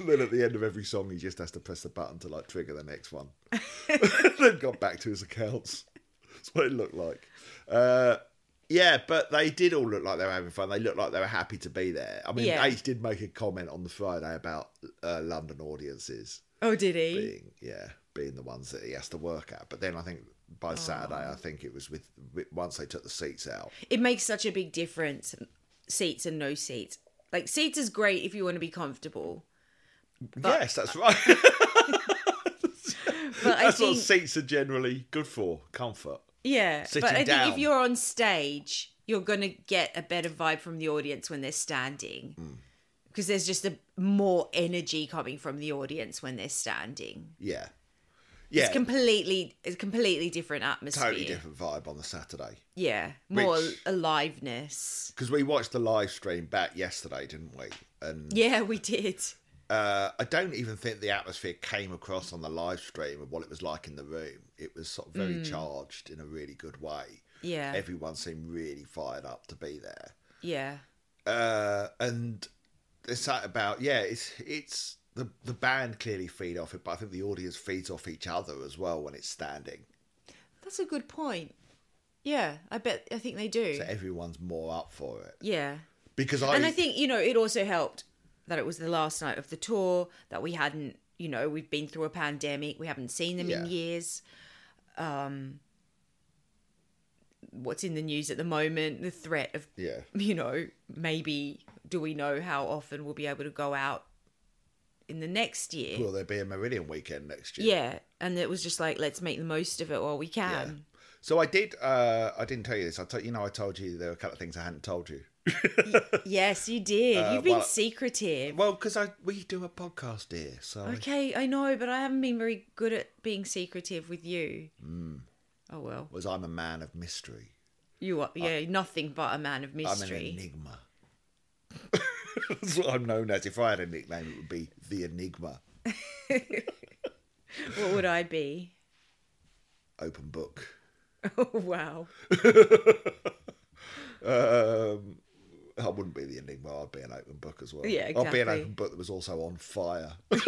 [SPEAKER 2] then at the end of every song, he just has to press the button to like trigger the next one. [LAUGHS] then got back to his accounts. That's what it looked like. Uh, yeah, but they did all look like they were having fun. They looked like they were happy to be there. I mean,
[SPEAKER 1] Yeah.
[SPEAKER 2] H did make a comment on the Friday about uh, London audiences
[SPEAKER 1] Oh, did he?
[SPEAKER 2] being yeah being the ones that he has to work at. But then I think
[SPEAKER 1] Oh.
[SPEAKER 2] by Saturday, I think it was with, with once they took the seats out.
[SPEAKER 1] It makes such a big difference seats and no seats. Like, seats is great if you want to be comfortable.
[SPEAKER 2] yes, that's right. [LAUGHS]
[SPEAKER 1] But I
[SPEAKER 2] that's
[SPEAKER 1] think,
[SPEAKER 2] what seats are generally good for comfort.
[SPEAKER 1] yeah.
[SPEAKER 2] sitting
[SPEAKER 1] But I think
[SPEAKER 2] down.
[SPEAKER 1] if you're on stage, you're going to get a better vibe from the audience when they're standing.
[SPEAKER 2] Hmm.
[SPEAKER 1] Because there's just a more energy coming from the audience when they're standing.
[SPEAKER 2] Yeah, yeah,
[SPEAKER 1] It's completely, it's completely different atmosphere.
[SPEAKER 2] totally different vibe on the Saturday
[SPEAKER 1] Yeah, more
[SPEAKER 2] Which-
[SPEAKER 1] aliveness.
[SPEAKER 2] because we watched the live stream back yesterday, didn't we? And
[SPEAKER 1] Yeah, we did.
[SPEAKER 2] uh, I don't even think the atmosphere came across on the live stream of what it was like in the room. It was sort of very charged in a really good way.
[SPEAKER 1] Hmm. Yeah,
[SPEAKER 2] Everyone seemed really fired up to be there.
[SPEAKER 1] yeah,
[SPEAKER 2] uh, and it's that about yeah, it's it's the the band clearly feed off it, but I think the audience feeds off each other as well when it's standing.
[SPEAKER 1] that's a good point. Yeah, I bet. I think they do.
[SPEAKER 2] So everyone's more up for it
[SPEAKER 1] yeah,
[SPEAKER 2] because I,
[SPEAKER 1] and I think you know it also helped that it was the last night of the tour that we hadn't. You know, we've been through a pandemic. We haven't seen them
[SPEAKER 2] Yeah.
[SPEAKER 1] in years. Um, what's in the news at the moment? The threat of
[SPEAKER 2] yeah
[SPEAKER 1] you know, maybe do we know how often we'll be able to go out in the next year?
[SPEAKER 2] will there be a Meridian weekend next year?
[SPEAKER 1] Yeah, and it was just like let's make the most of it while
[SPEAKER 2] [LAUGHS]
[SPEAKER 1] we can.
[SPEAKER 2] So I did. Uh, I didn't tell you this. I told you know I told you there were a couple of things I hadn't told you.
[SPEAKER 1] Yes, you did. You've been
[SPEAKER 2] Uh, well-
[SPEAKER 1] secretive.
[SPEAKER 2] Well, because I we do a podcast here, so I-
[SPEAKER 1] okay, I know, but I haven't been very good at being secretive with you.
[SPEAKER 2] Mm.
[SPEAKER 1] Oh well,
[SPEAKER 2] was I'm a man of mystery.
[SPEAKER 1] you are yeah, nothing but a man of
[SPEAKER 2] I'm an
[SPEAKER 1] mystery.
[SPEAKER 2] enigma. [LAUGHS] That's what I'm known as. If I had a nickname, it would be the Enigma.
[SPEAKER 1] what would I be? [LAUGHS]
[SPEAKER 2] Open book.
[SPEAKER 1] Oh wow,
[SPEAKER 2] [LAUGHS] Um, I wouldn't be the Enigma. I'd be an open book as well.
[SPEAKER 1] Yeah,
[SPEAKER 2] I'd be an
[SPEAKER 1] exactly. Uh,
[SPEAKER 2] open book that was also on fire. [LAUGHS]
[SPEAKER 1] I'm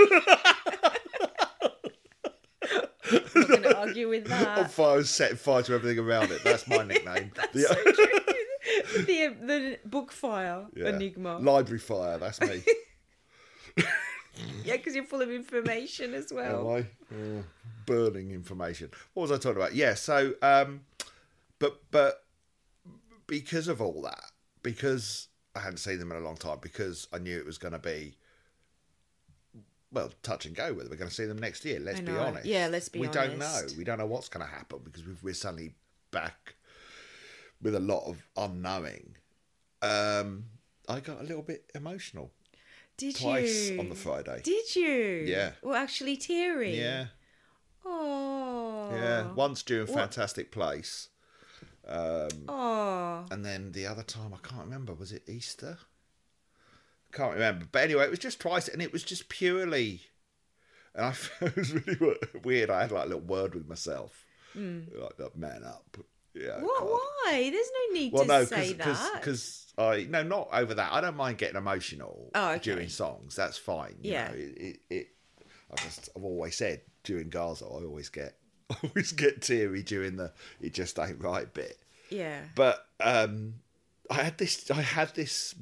[SPEAKER 1] not going to argue with that.
[SPEAKER 2] on fire, was setting fire to everything around it. That's my
[SPEAKER 1] [LAUGHS]
[SPEAKER 2] nickname. The-
[SPEAKER 1] So true. the the book fire
[SPEAKER 2] [LAUGHS] yeah.
[SPEAKER 1] enigma.
[SPEAKER 2] Library fire. That's me.
[SPEAKER 1] Yeah, because you're full of information as
[SPEAKER 2] Am
[SPEAKER 1] well.
[SPEAKER 2] I Oh, burning information? What was I talking about? Yeah. So, um, but but because of all that, because I hadn't seen them in a long time, because I knew it was going to be. Well, touch and go with it. We're going to see them next year. Let's
[SPEAKER 1] I
[SPEAKER 2] be
[SPEAKER 1] know.
[SPEAKER 2] honest.
[SPEAKER 1] Yeah, let's be
[SPEAKER 2] We don't know.
[SPEAKER 1] honest.
[SPEAKER 2] We don't know what's going to happen because we've, we're suddenly back with a lot of unknowing. Um, I got a little bit emotional
[SPEAKER 1] Did
[SPEAKER 2] twice
[SPEAKER 1] you?
[SPEAKER 2] on the Friday.
[SPEAKER 1] Did you?
[SPEAKER 2] Yeah.
[SPEAKER 1] Well, actually, teary.
[SPEAKER 2] yeah.
[SPEAKER 1] Oh.
[SPEAKER 2] Yeah, once during
[SPEAKER 1] What-
[SPEAKER 2] Fantastic Place, Um,
[SPEAKER 1] Oh.
[SPEAKER 2] and then the other time I can't remember. Was it Easter? Can't remember. But anyway, it was just twice, and it was just purely. And I [LAUGHS] it was really w- weird. I had like a little word with myself, like that man up. Yeah.
[SPEAKER 1] Hmm. What?
[SPEAKER 2] oh, God.
[SPEAKER 1] Why? There's no need
[SPEAKER 2] Well,
[SPEAKER 1] to
[SPEAKER 2] no,
[SPEAKER 1] say that.
[SPEAKER 2] because I no, not over that. I don't mind getting emotional
[SPEAKER 1] Oh, okay.
[SPEAKER 2] during songs. That's fine. you
[SPEAKER 1] Yeah.
[SPEAKER 2] know. it, it, it. I just I've always said during Gaza, I always get [LAUGHS] I always get teary during the it just ain't right bit.
[SPEAKER 1] yeah.
[SPEAKER 2] But um, I had this I had this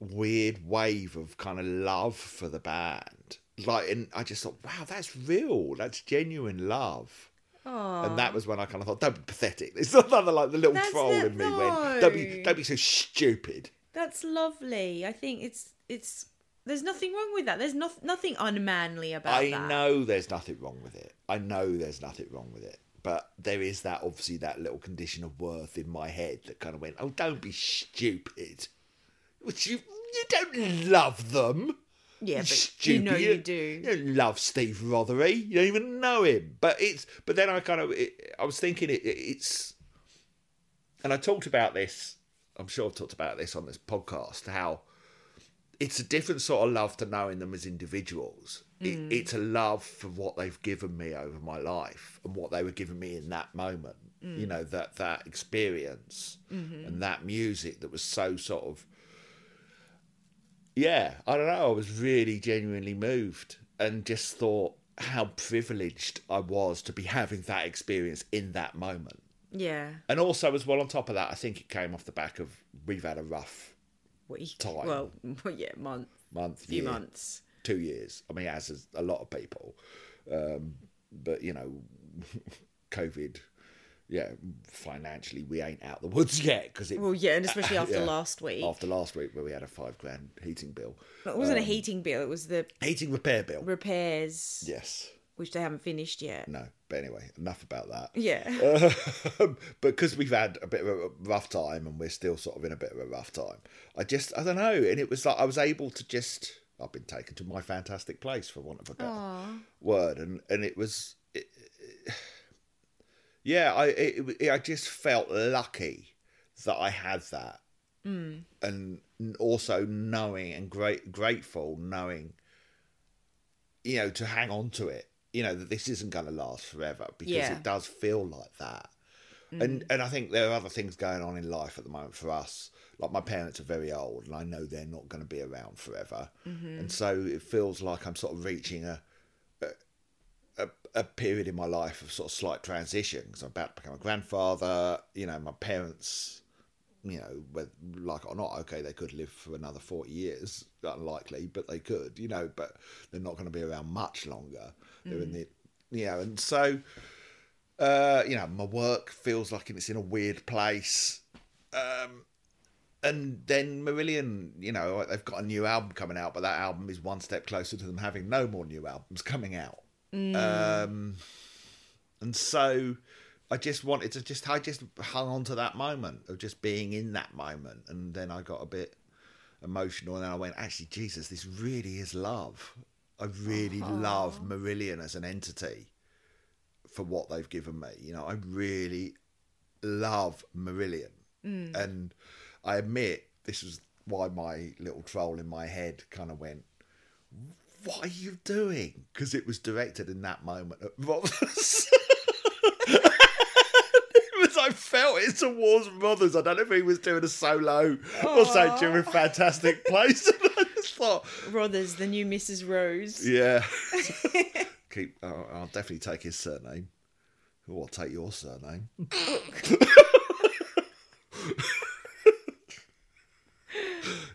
[SPEAKER 2] weird wave of kind of love for the band. Like, and I just thought, wow, that's real. That's genuine love.
[SPEAKER 1] Oh,
[SPEAKER 2] And that was when I kind of thought, don't be pathetic. [LAUGHS] It's another like the little
[SPEAKER 1] That's
[SPEAKER 2] troll
[SPEAKER 1] not-
[SPEAKER 2] in me
[SPEAKER 1] no.
[SPEAKER 2] when don't be don't be so stupid.
[SPEAKER 1] that's lovely. I think it's it's. There's nothing wrong with that. There's no, nothing unmanly about
[SPEAKER 2] I
[SPEAKER 1] that.
[SPEAKER 2] know there's nothing wrong with it. I know there's nothing wrong with it. But there is that obviously that little condition of worth in my head that kind of went, oh, don't be stupid. Which you you don't love them.
[SPEAKER 1] Yeah,
[SPEAKER 2] You
[SPEAKER 1] but
[SPEAKER 2] stupid.
[SPEAKER 1] you know you, do.
[SPEAKER 2] You don't love Steve Rothery. You don't even know him. But it's but then I kind of it, I was thinking it, it- it's and I talked about this. I'm sure I've talked about this on this podcast. How it's a different sort of love to knowing them as individuals.
[SPEAKER 1] Mm.
[SPEAKER 2] It, it's a love for what they've given me over my life and what they were giving me in that moment. You
[SPEAKER 1] Mm.
[SPEAKER 2] know that that experience
[SPEAKER 1] Mm-hmm.
[SPEAKER 2] and that music that was so sort of yeah, I don't know. I was really genuinely moved and just thought how privileged I was to be having that experience in that moment.
[SPEAKER 1] Yeah.
[SPEAKER 2] And also, as well, on top of that, I think it came off the back of we've had a rough
[SPEAKER 1] Week.
[SPEAKER 2] Time.
[SPEAKER 1] Well, well, yeah, month,
[SPEAKER 2] month,
[SPEAKER 1] few
[SPEAKER 2] year,
[SPEAKER 1] months.
[SPEAKER 2] two years. I mean, as is a lot of people. Um, but, you know, [LAUGHS] COVID, yeah, financially, we ain't out the woods [LAUGHS] yet because it.
[SPEAKER 1] Well, yeah, and
[SPEAKER 2] [LAUGHS]
[SPEAKER 1] especially after
[SPEAKER 2] yeah.
[SPEAKER 1] last week.
[SPEAKER 2] after um, last week, where we had a five grand heating bill,
[SPEAKER 1] It wasn't a heating bill. It was the
[SPEAKER 2] heating repair bill.
[SPEAKER 1] repairs,
[SPEAKER 2] yes.
[SPEAKER 1] which they haven't finished yet.
[SPEAKER 2] No. But anyway, enough about that. [LAUGHS]
[SPEAKER 1] Yeah.
[SPEAKER 2] Um, but because we've had a bit of a rough time and we're still sort of in a bit of a rough time, I just I don't know. And it was like I was able to just I've been taken to my fantastic place for want of a better
[SPEAKER 1] Aw.
[SPEAKER 2] word, and and it was, it, it- yeah, I it, it- I just felt lucky that I had that, mm. and also knowing and great grateful knowing, you know, to hang on to it, you know, that this isn't going to last forever because
[SPEAKER 1] Yeah.
[SPEAKER 2] it does feel like that. And and I think there are other things going on in life at the moment for us. Like my parents are very old, and I know they're not going to be around forever, and so it feels like I'm sort of reaching a a, a period in my life of sort of slight transition because I'm about to become a grandfather. You know, my parents, you know, whether, like it or not, okay, they could live for another 40 years, unlikely, but they could, you know, but they're not going to be around much longer. They're in the, you know, and so, uh, you know, my work feels like it's in a weird place. Um, and then Marillion, you know, they've got a new album coming out, but that album is one step closer to them having no more new albums coming out. Um, and so I just wanted to just I just hung on to that moment of just being in that moment, and then I got a bit emotional, and then I went, actually, Jesus, this really is love. I really love Marillion as an entity for what they've given me. You know, I really love Marillion, and I admit this was why my little troll in my head kind of went what are you doing? Because it was directed in that moment at Rothers. [LAUGHS] it was, I felt it towards Rothers. I don't know if he was doing a solo or
[SPEAKER 1] Aw.
[SPEAKER 2] something during Fantastic Place. [LAUGHS] And I just thought,
[SPEAKER 1] Rothers, the new Mrs. Rose. [LAUGHS]
[SPEAKER 2] yeah. Keep. I'll, I'll definitely take his surname. Or I'll take your
[SPEAKER 1] [LAUGHS]
[SPEAKER 2] surname.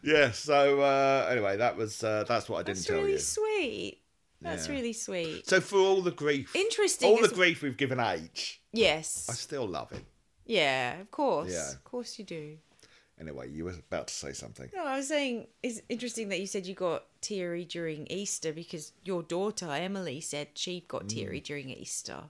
[SPEAKER 2] yeah. So uh, anyway, that was uh, that's what I didn't
[SPEAKER 1] That's
[SPEAKER 2] tell
[SPEAKER 1] really
[SPEAKER 2] you.
[SPEAKER 1] sweet. That's
[SPEAKER 2] Yeah.
[SPEAKER 1] really sweet.
[SPEAKER 2] So for all the grief,
[SPEAKER 1] Interesting.
[SPEAKER 2] all the
[SPEAKER 1] as-
[SPEAKER 2] grief we've given H, I
[SPEAKER 1] yes.
[SPEAKER 2] still love him.
[SPEAKER 1] Yeah, of course.
[SPEAKER 2] Yeah.
[SPEAKER 1] Of course you do.
[SPEAKER 2] Anyway, you were about to say something.
[SPEAKER 1] No, I was saying it's interesting that you said you got teary during Easter because your daughter Emily said she got teary during Easter,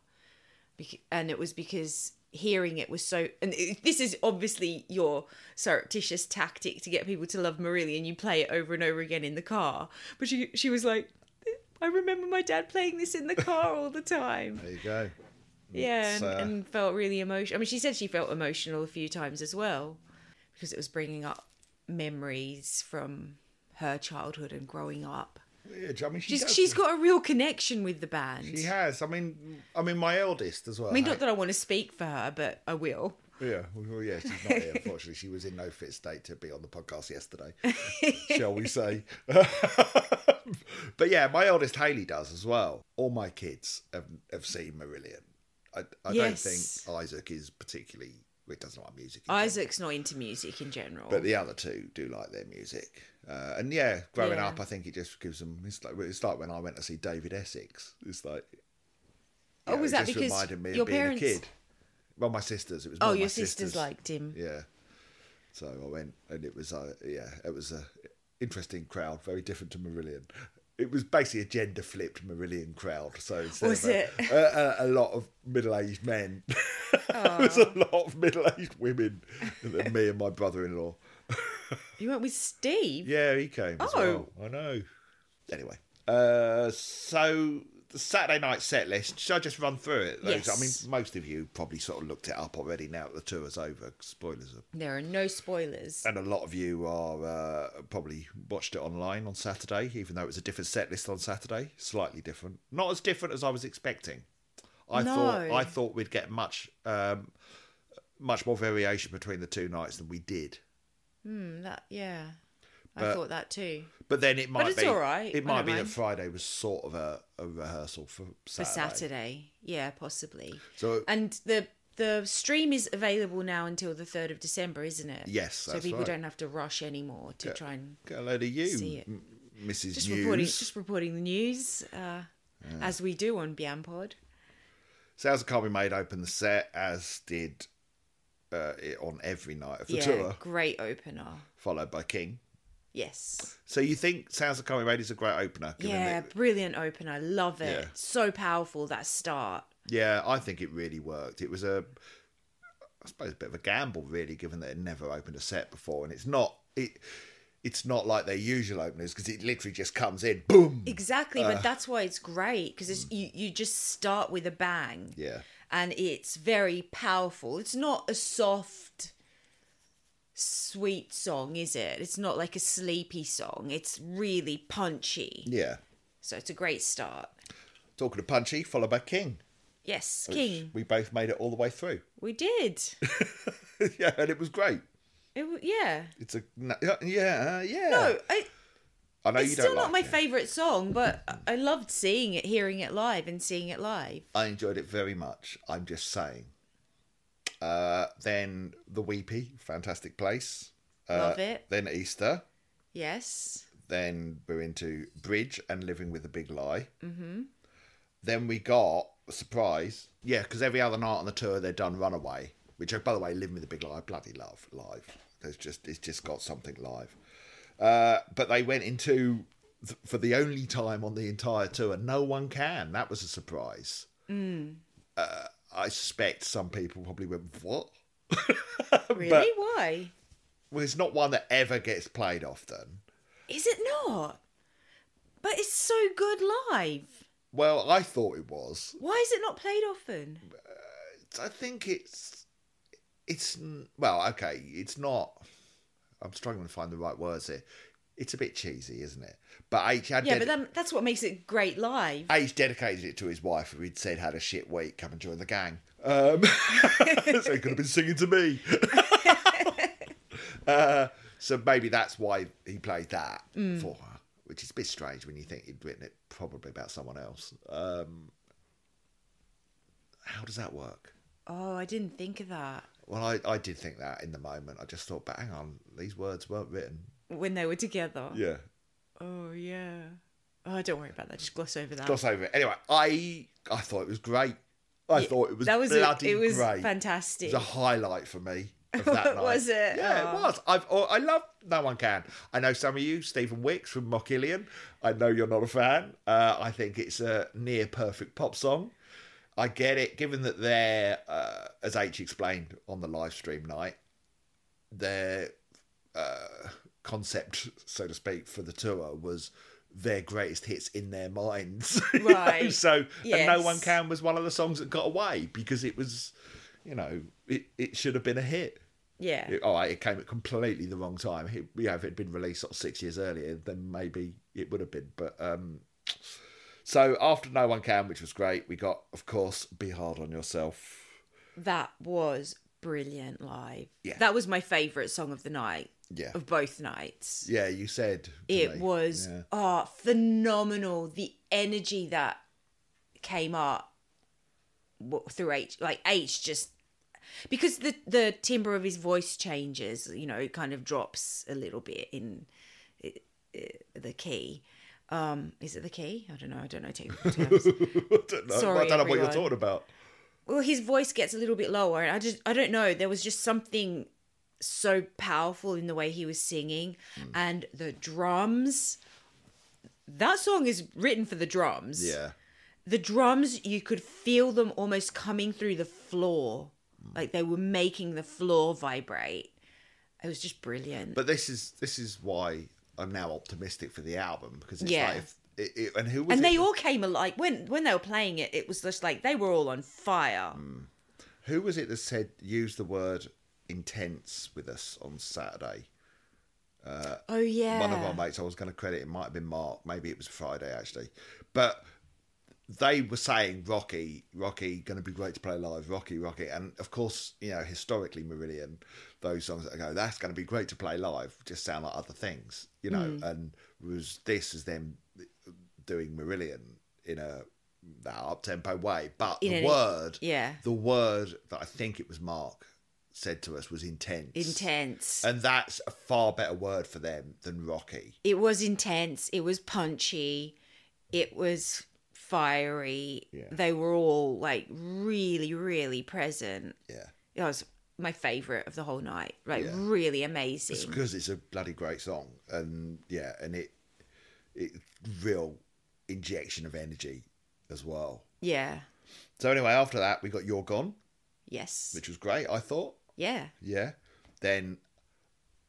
[SPEAKER 1] Bec- and it was because hearing it was so. And it- this is obviously your surreptitious tactic to get people to love Marillion. You play it over and over again in the car, but she she was like, "I remember my dad playing this in the car all the time."
[SPEAKER 2] There you go.
[SPEAKER 1] Yeah, and,
[SPEAKER 2] So-
[SPEAKER 1] and felt really emotional. I mean, she said she felt emotional a few times as well because it was bringing up memories from her childhood and growing up.
[SPEAKER 2] Weird. I mean, she
[SPEAKER 1] She's
[SPEAKER 2] does-
[SPEAKER 1] she's got a real connection with the band.
[SPEAKER 2] She has. I mean, I mean, my eldest as well.
[SPEAKER 1] I mean, not that I want to speak for her, but I will.
[SPEAKER 2] Yeah, well, yeah, she's not here. Unfortunately, she was in no fit state to be on the podcast yesterday,
[SPEAKER 1] [LAUGHS]
[SPEAKER 2] shall we say? but yeah, my oldest Haley does as well. All my kids have, have seen Marillion. I, I
[SPEAKER 1] Yes.
[SPEAKER 2] don't think Isaac is particularly It doesn't like music. in general.
[SPEAKER 1] Isaac's not into music in general.
[SPEAKER 2] But the other two do like their music. Uh, and yeah, growing
[SPEAKER 1] Yeah.
[SPEAKER 2] up, I think it just gives them. It's like, it's like when I went to see David Essex. It's like.
[SPEAKER 1] Oh, was
[SPEAKER 2] it
[SPEAKER 1] that
[SPEAKER 2] just
[SPEAKER 1] because
[SPEAKER 2] reminded me
[SPEAKER 1] your
[SPEAKER 2] of being
[SPEAKER 1] parents-
[SPEAKER 2] a kid? Well, my sisters. It was.
[SPEAKER 1] oh,
[SPEAKER 2] more my
[SPEAKER 1] your sisters, liked him.
[SPEAKER 2] Yeah. So I went, and it was uh, yeah, it was a interesting crowd, very different to Marillion. It was basically a gender flipped Marillion crowd. So instead
[SPEAKER 1] Was
[SPEAKER 2] of a,
[SPEAKER 1] it?
[SPEAKER 2] A, a, a lot of middle aged men, [LAUGHS] there was a lot of middle aged women, and then me and my brother in law.
[SPEAKER 1] You went with Steve.
[SPEAKER 2] Yeah, he came as
[SPEAKER 1] Oh.
[SPEAKER 2] well. I know. Anyway, uh, so the Saturday night set list. Should I just run through it? Those-
[SPEAKER 1] Yes.
[SPEAKER 2] I mean, most of you probably sort of looked it up already. Now that the tour's over, 'cause spoilers are
[SPEAKER 1] There are no spoilers.
[SPEAKER 2] and a lot of you are uh, probably watched it online on Saturday, even though it was a different set list on Saturday, slightly different, not as different as I was expecting. I
[SPEAKER 1] No.
[SPEAKER 2] thought I thought we'd get much um, much more variation between the two nights than we did.
[SPEAKER 1] Hmm, that yeah. I
[SPEAKER 2] But-
[SPEAKER 1] thought that too.
[SPEAKER 2] But then it might
[SPEAKER 1] it's
[SPEAKER 2] be
[SPEAKER 1] all right.
[SPEAKER 2] It
[SPEAKER 1] I
[SPEAKER 2] might
[SPEAKER 1] don't
[SPEAKER 2] be
[SPEAKER 1] mind.
[SPEAKER 2] that Friday was sort of a, a rehearsal for
[SPEAKER 1] For
[SPEAKER 2] Saturday.
[SPEAKER 1] Saturday. Yeah, possibly.
[SPEAKER 2] So
[SPEAKER 1] And the the stream is available now until the third of December, isn't it?
[SPEAKER 2] Yes,
[SPEAKER 1] So
[SPEAKER 2] that's
[SPEAKER 1] people
[SPEAKER 2] right.
[SPEAKER 1] don't have to rush anymore to try and
[SPEAKER 2] get a load of
[SPEAKER 1] See
[SPEAKER 2] you,
[SPEAKER 1] it.
[SPEAKER 2] M- Mrs.
[SPEAKER 1] just
[SPEAKER 2] News.
[SPEAKER 1] reporting just reporting the news, uh, as we do on Biampod.
[SPEAKER 2] Sales of Can't Be Made opened the set as did uh, it on every night of the
[SPEAKER 1] yeah,
[SPEAKER 2] tour,
[SPEAKER 1] great opener.
[SPEAKER 2] followed by King.
[SPEAKER 1] Yes.
[SPEAKER 2] So you think Sounds of Coming Raid is a great opener? given
[SPEAKER 1] Yeah,
[SPEAKER 2] that-
[SPEAKER 1] brilliant opener. Love it.
[SPEAKER 2] Yeah.
[SPEAKER 1] So powerful that start.
[SPEAKER 2] yeah, I think it really worked. It was a, I suppose, a bit of a gamble, really, given that it never opened a set before, and it's not it. It's not like their usual openers because it literally just comes in, boom.
[SPEAKER 1] Exactly,
[SPEAKER 2] Uh.
[SPEAKER 1] but that's why it's great
[SPEAKER 2] Mm.
[SPEAKER 1] because you you just start with a bang.
[SPEAKER 2] Yeah,
[SPEAKER 1] and it's very powerful. It's not a soft, sweet song, is it? It's not like a sleepy song. It's really punchy.
[SPEAKER 2] yeah.
[SPEAKER 1] So it's a great start.
[SPEAKER 2] Talking to Punchy, followed by King.
[SPEAKER 1] Yes,
[SPEAKER 2] which
[SPEAKER 1] King,
[SPEAKER 2] We both made it all the way through. [LAUGHS]
[SPEAKER 1] we did.
[SPEAKER 2] yeah, and it was great.
[SPEAKER 1] It, w- yeah.
[SPEAKER 2] It's a no- yeah, yeah.
[SPEAKER 1] No, I,
[SPEAKER 2] I know Oh,
[SPEAKER 1] it's
[SPEAKER 2] you don't
[SPEAKER 1] still
[SPEAKER 2] like
[SPEAKER 1] not my
[SPEAKER 2] it.
[SPEAKER 1] favorite song, but I- I loved seeing it, hearing it live, and seeing it live.
[SPEAKER 2] I enjoyed it very much. I'm just saying. Uh, then the Weepy, fantastic place. Uh,
[SPEAKER 1] Love it.
[SPEAKER 2] Then Easter.
[SPEAKER 1] Yes.
[SPEAKER 2] Then we're into Bridge and Living with a Big Lie. Mm-hmm. Then we got a surprise. Yeah, because every other night on the tour they're done Runaway, which oh, by the way, Living with a Big Lie, I bloody love live. There's just it's just got something live. Uh, but they went into th- for the only time on the entire tour. No one can. That was a surprise. Uh, I suspect some people probably went what.
[SPEAKER 1] Really? Why?
[SPEAKER 2] Well, it's not one that ever gets played often.
[SPEAKER 1] Is it not? But it's so good live.
[SPEAKER 2] Well, I thought it was.
[SPEAKER 1] Why is it not played often?
[SPEAKER 2] I think it's it's n- well, okay, it's not. I'm struggling to find the right words here. It's a bit cheesy, isn't it? But H had
[SPEAKER 1] Yeah,
[SPEAKER 2] ded-
[SPEAKER 1] but that, that's what makes it great live.
[SPEAKER 2] H dedicated it to his wife, who he'd said had a shit week. Come and join the gang. Um, [LAUGHS] so he could have been singing to me. [LAUGHS] uh, so maybe that's why he played that
[SPEAKER 1] Mm.
[SPEAKER 2] for her, which is a bit strange when you think he'd written it probably about someone else. Um, how does that work?
[SPEAKER 1] Oh, I didn't think of that
[SPEAKER 2] Well, I, I did think that in the moment. I just thought, but hang on, these words weren't written.
[SPEAKER 1] when they were together.
[SPEAKER 2] Yeah.
[SPEAKER 1] Oh yeah. Oh, don't worry about that. Just gloss over that.
[SPEAKER 2] Gloss over it. Anyway, I I thought it was great. I thought it was
[SPEAKER 1] that was a-
[SPEAKER 2] bloody
[SPEAKER 1] it was
[SPEAKER 2] great.
[SPEAKER 1] fantastic.
[SPEAKER 2] It was a highlight for me
[SPEAKER 1] [LAUGHS]
[SPEAKER 2] of that night.
[SPEAKER 1] Was it?
[SPEAKER 2] Yeah,
[SPEAKER 1] Aw.
[SPEAKER 2] it was. I've oh, I love No One Can. I know some of you, Stephen Wicks from Mockillion. I know you're not a fan. Uh, I think it's a near perfect pop song. I get it, given that they're, uh, as H explained on the live stream night, their uh, concept, so to speak, for the tour was their greatest hits in their minds. [LAUGHS] You know,
[SPEAKER 1] Right.
[SPEAKER 2] so, and No One
[SPEAKER 1] Yes.
[SPEAKER 2] Can was one of the songs that got away because it was, you know, it, it should have been a hit.
[SPEAKER 1] yeah.
[SPEAKER 2] It, all right, it came at completely the wrong time. It, you know, if it had been released sort of six years earlier, then maybe it would have been. But um, so after No One Can, which was great, we got, of course, Be Hard on Yourself.
[SPEAKER 1] That was brilliant live.
[SPEAKER 2] Yeah.
[SPEAKER 1] That was my favorite song of the night
[SPEAKER 2] Yeah,
[SPEAKER 1] of both nights.
[SPEAKER 2] yeah, you said to
[SPEAKER 1] it
[SPEAKER 2] me.
[SPEAKER 1] was
[SPEAKER 2] Yeah. [LAUGHS]
[SPEAKER 1] oh phenomenal. The energy that came up w- through H, like H, just because the the timbre of his voice changes. You know, it kind of drops a little bit in it, it, the key. Um, is it the key? I don't know. I don't know technical terms.
[SPEAKER 2] I don't know,
[SPEAKER 1] Sorry,
[SPEAKER 2] I don't know what you're
[SPEAKER 1] everyone.
[SPEAKER 2] talking about.
[SPEAKER 1] well, his voice gets a little bit lower, and I just I don't know. There was just something so powerful in the way he was singing,
[SPEAKER 2] Hmm.
[SPEAKER 1] and the drums. That song is written for the drums.
[SPEAKER 2] Yeah.
[SPEAKER 1] the drums you could feel them almost coming through the floor
[SPEAKER 2] Hmm.
[SPEAKER 1] like they were making the floor vibrate it was just brilliant
[SPEAKER 2] But this is this is why I'm now optimistic for the album because it's
[SPEAKER 1] Yeah.
[SPEAKER 2] like if, it, it, and who was
[SPEAKER 1] and
[SPEAKER 2] it?
[SPEAKER 1] they all came alike when when they were playing it it was just like they were all on fire
[SPEAKER 2] Hmm. who was it that said use the word intense with us on Saturday?
[SPEAKER 1] oh yeah
[SPEAKER 2] One of our mates, I was going to credit it might have been Mark, maybe it was Friday actually, but they were saying Rocky, Rocky, going to be great to play live, Rocky, Rocky, and of course you know historically Marillion, those songs that go that's going to be great to play live just sound like other things, you know,
[SPEAKER 1] Mm.
[SPEAKER 2] and was this is them doing Marillion in a that up tempo way, but
[SPEAKER 1] In
[SPEAKER 2] the
[SPEAKER 1] an-
[SPEAKER 2] word,
[SPEAKER 1] yeah
[SPEAKER 2] the word that I think it was Mark said to us was intense,
[SPEAKER 1] intense
[SPEAKER 2] and that's a far better word for them than Rocky.
[SPEAKER 1] it was intense it was punchy it was fiery
[SPEAKER 2] Yeah.
[SPEAKER 1] they were all like really really present
[SPEAKER 2] Yeah.
[SPEAKER 1] it was my favorite of the whole night like
[SPEAKER 2] Yeah.
[SPEAKER 1] really amazing
[SPEAKER 2] It's because it's a bloody great song, and yeah, and it it real injection of energy as well.
[SPEAKER 1] yeah
[SPEAKER 2] So anyway, after that we got You're Gone,
[SPEAKER 1] yes
[SPEAKER 2] which was great. I thought,
[SPEAKER 1] yeah
[SPEAKER 2] yeah. Then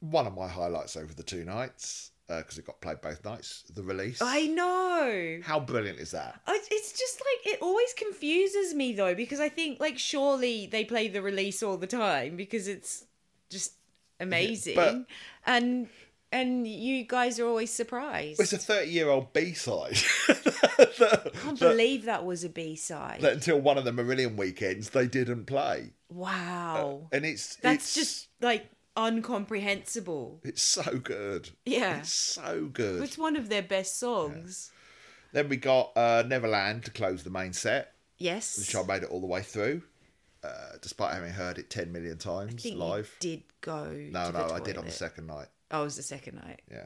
[SPEAKER 2] one of my highlights over the two nights because it got played both nights. The release.
[SPEAKER 1] I know.
[SPEAKER 2] How brilliant is that?
[SPEAKER 1] I- It's just like it always confuses me though because I think like surely they play the release all the time because it's just amazing
[SPEAKER 2] but-
[SPEAKER 1] and and you guys are always surprised.
[SPEAKER 2] It's a thirty-year-old B-side.
[SPEAKER 1] I can't believe that was a B side.
[SPEAKER 2] that until one of the Marillion weekends they didn't play,
[SPEAKER 1] wow,
[SPEAKER 2] and it's
[SPEAKER 1] that's
[SPEAKER 2] Uh, it's,
[SPEAKER 1] just like uncomprehensible.
[SPEAKER 2] it's so good.
[SPEAKER 1] Yeah.
[SPEAKER 2] it's so good.
[SPEAKER 1] It's one of their best songs.
[SPEAKER 2] Then we got uh, Neverland to close the main set,
[SPEAKER 1] Yes,
[SPEAKER 2] which I made it all the way through, uh, despite having heard it ten million times
[SPEAKER 1] I think you
[SPEAKER 2] live.
[SPEAKER 1] did go.
[SPEAKER 2] No,
[SPEAKER 1] to
[SPEAKER 2] no,
[SPEAKER 1] the
[SPEAKER 2] I did on the
[SPEAKER 1] toilet.
[SPEAKER 2] second night.
[SPEAKER 1] Oh, it was the second night.
[SPEAKER 2] Yeah.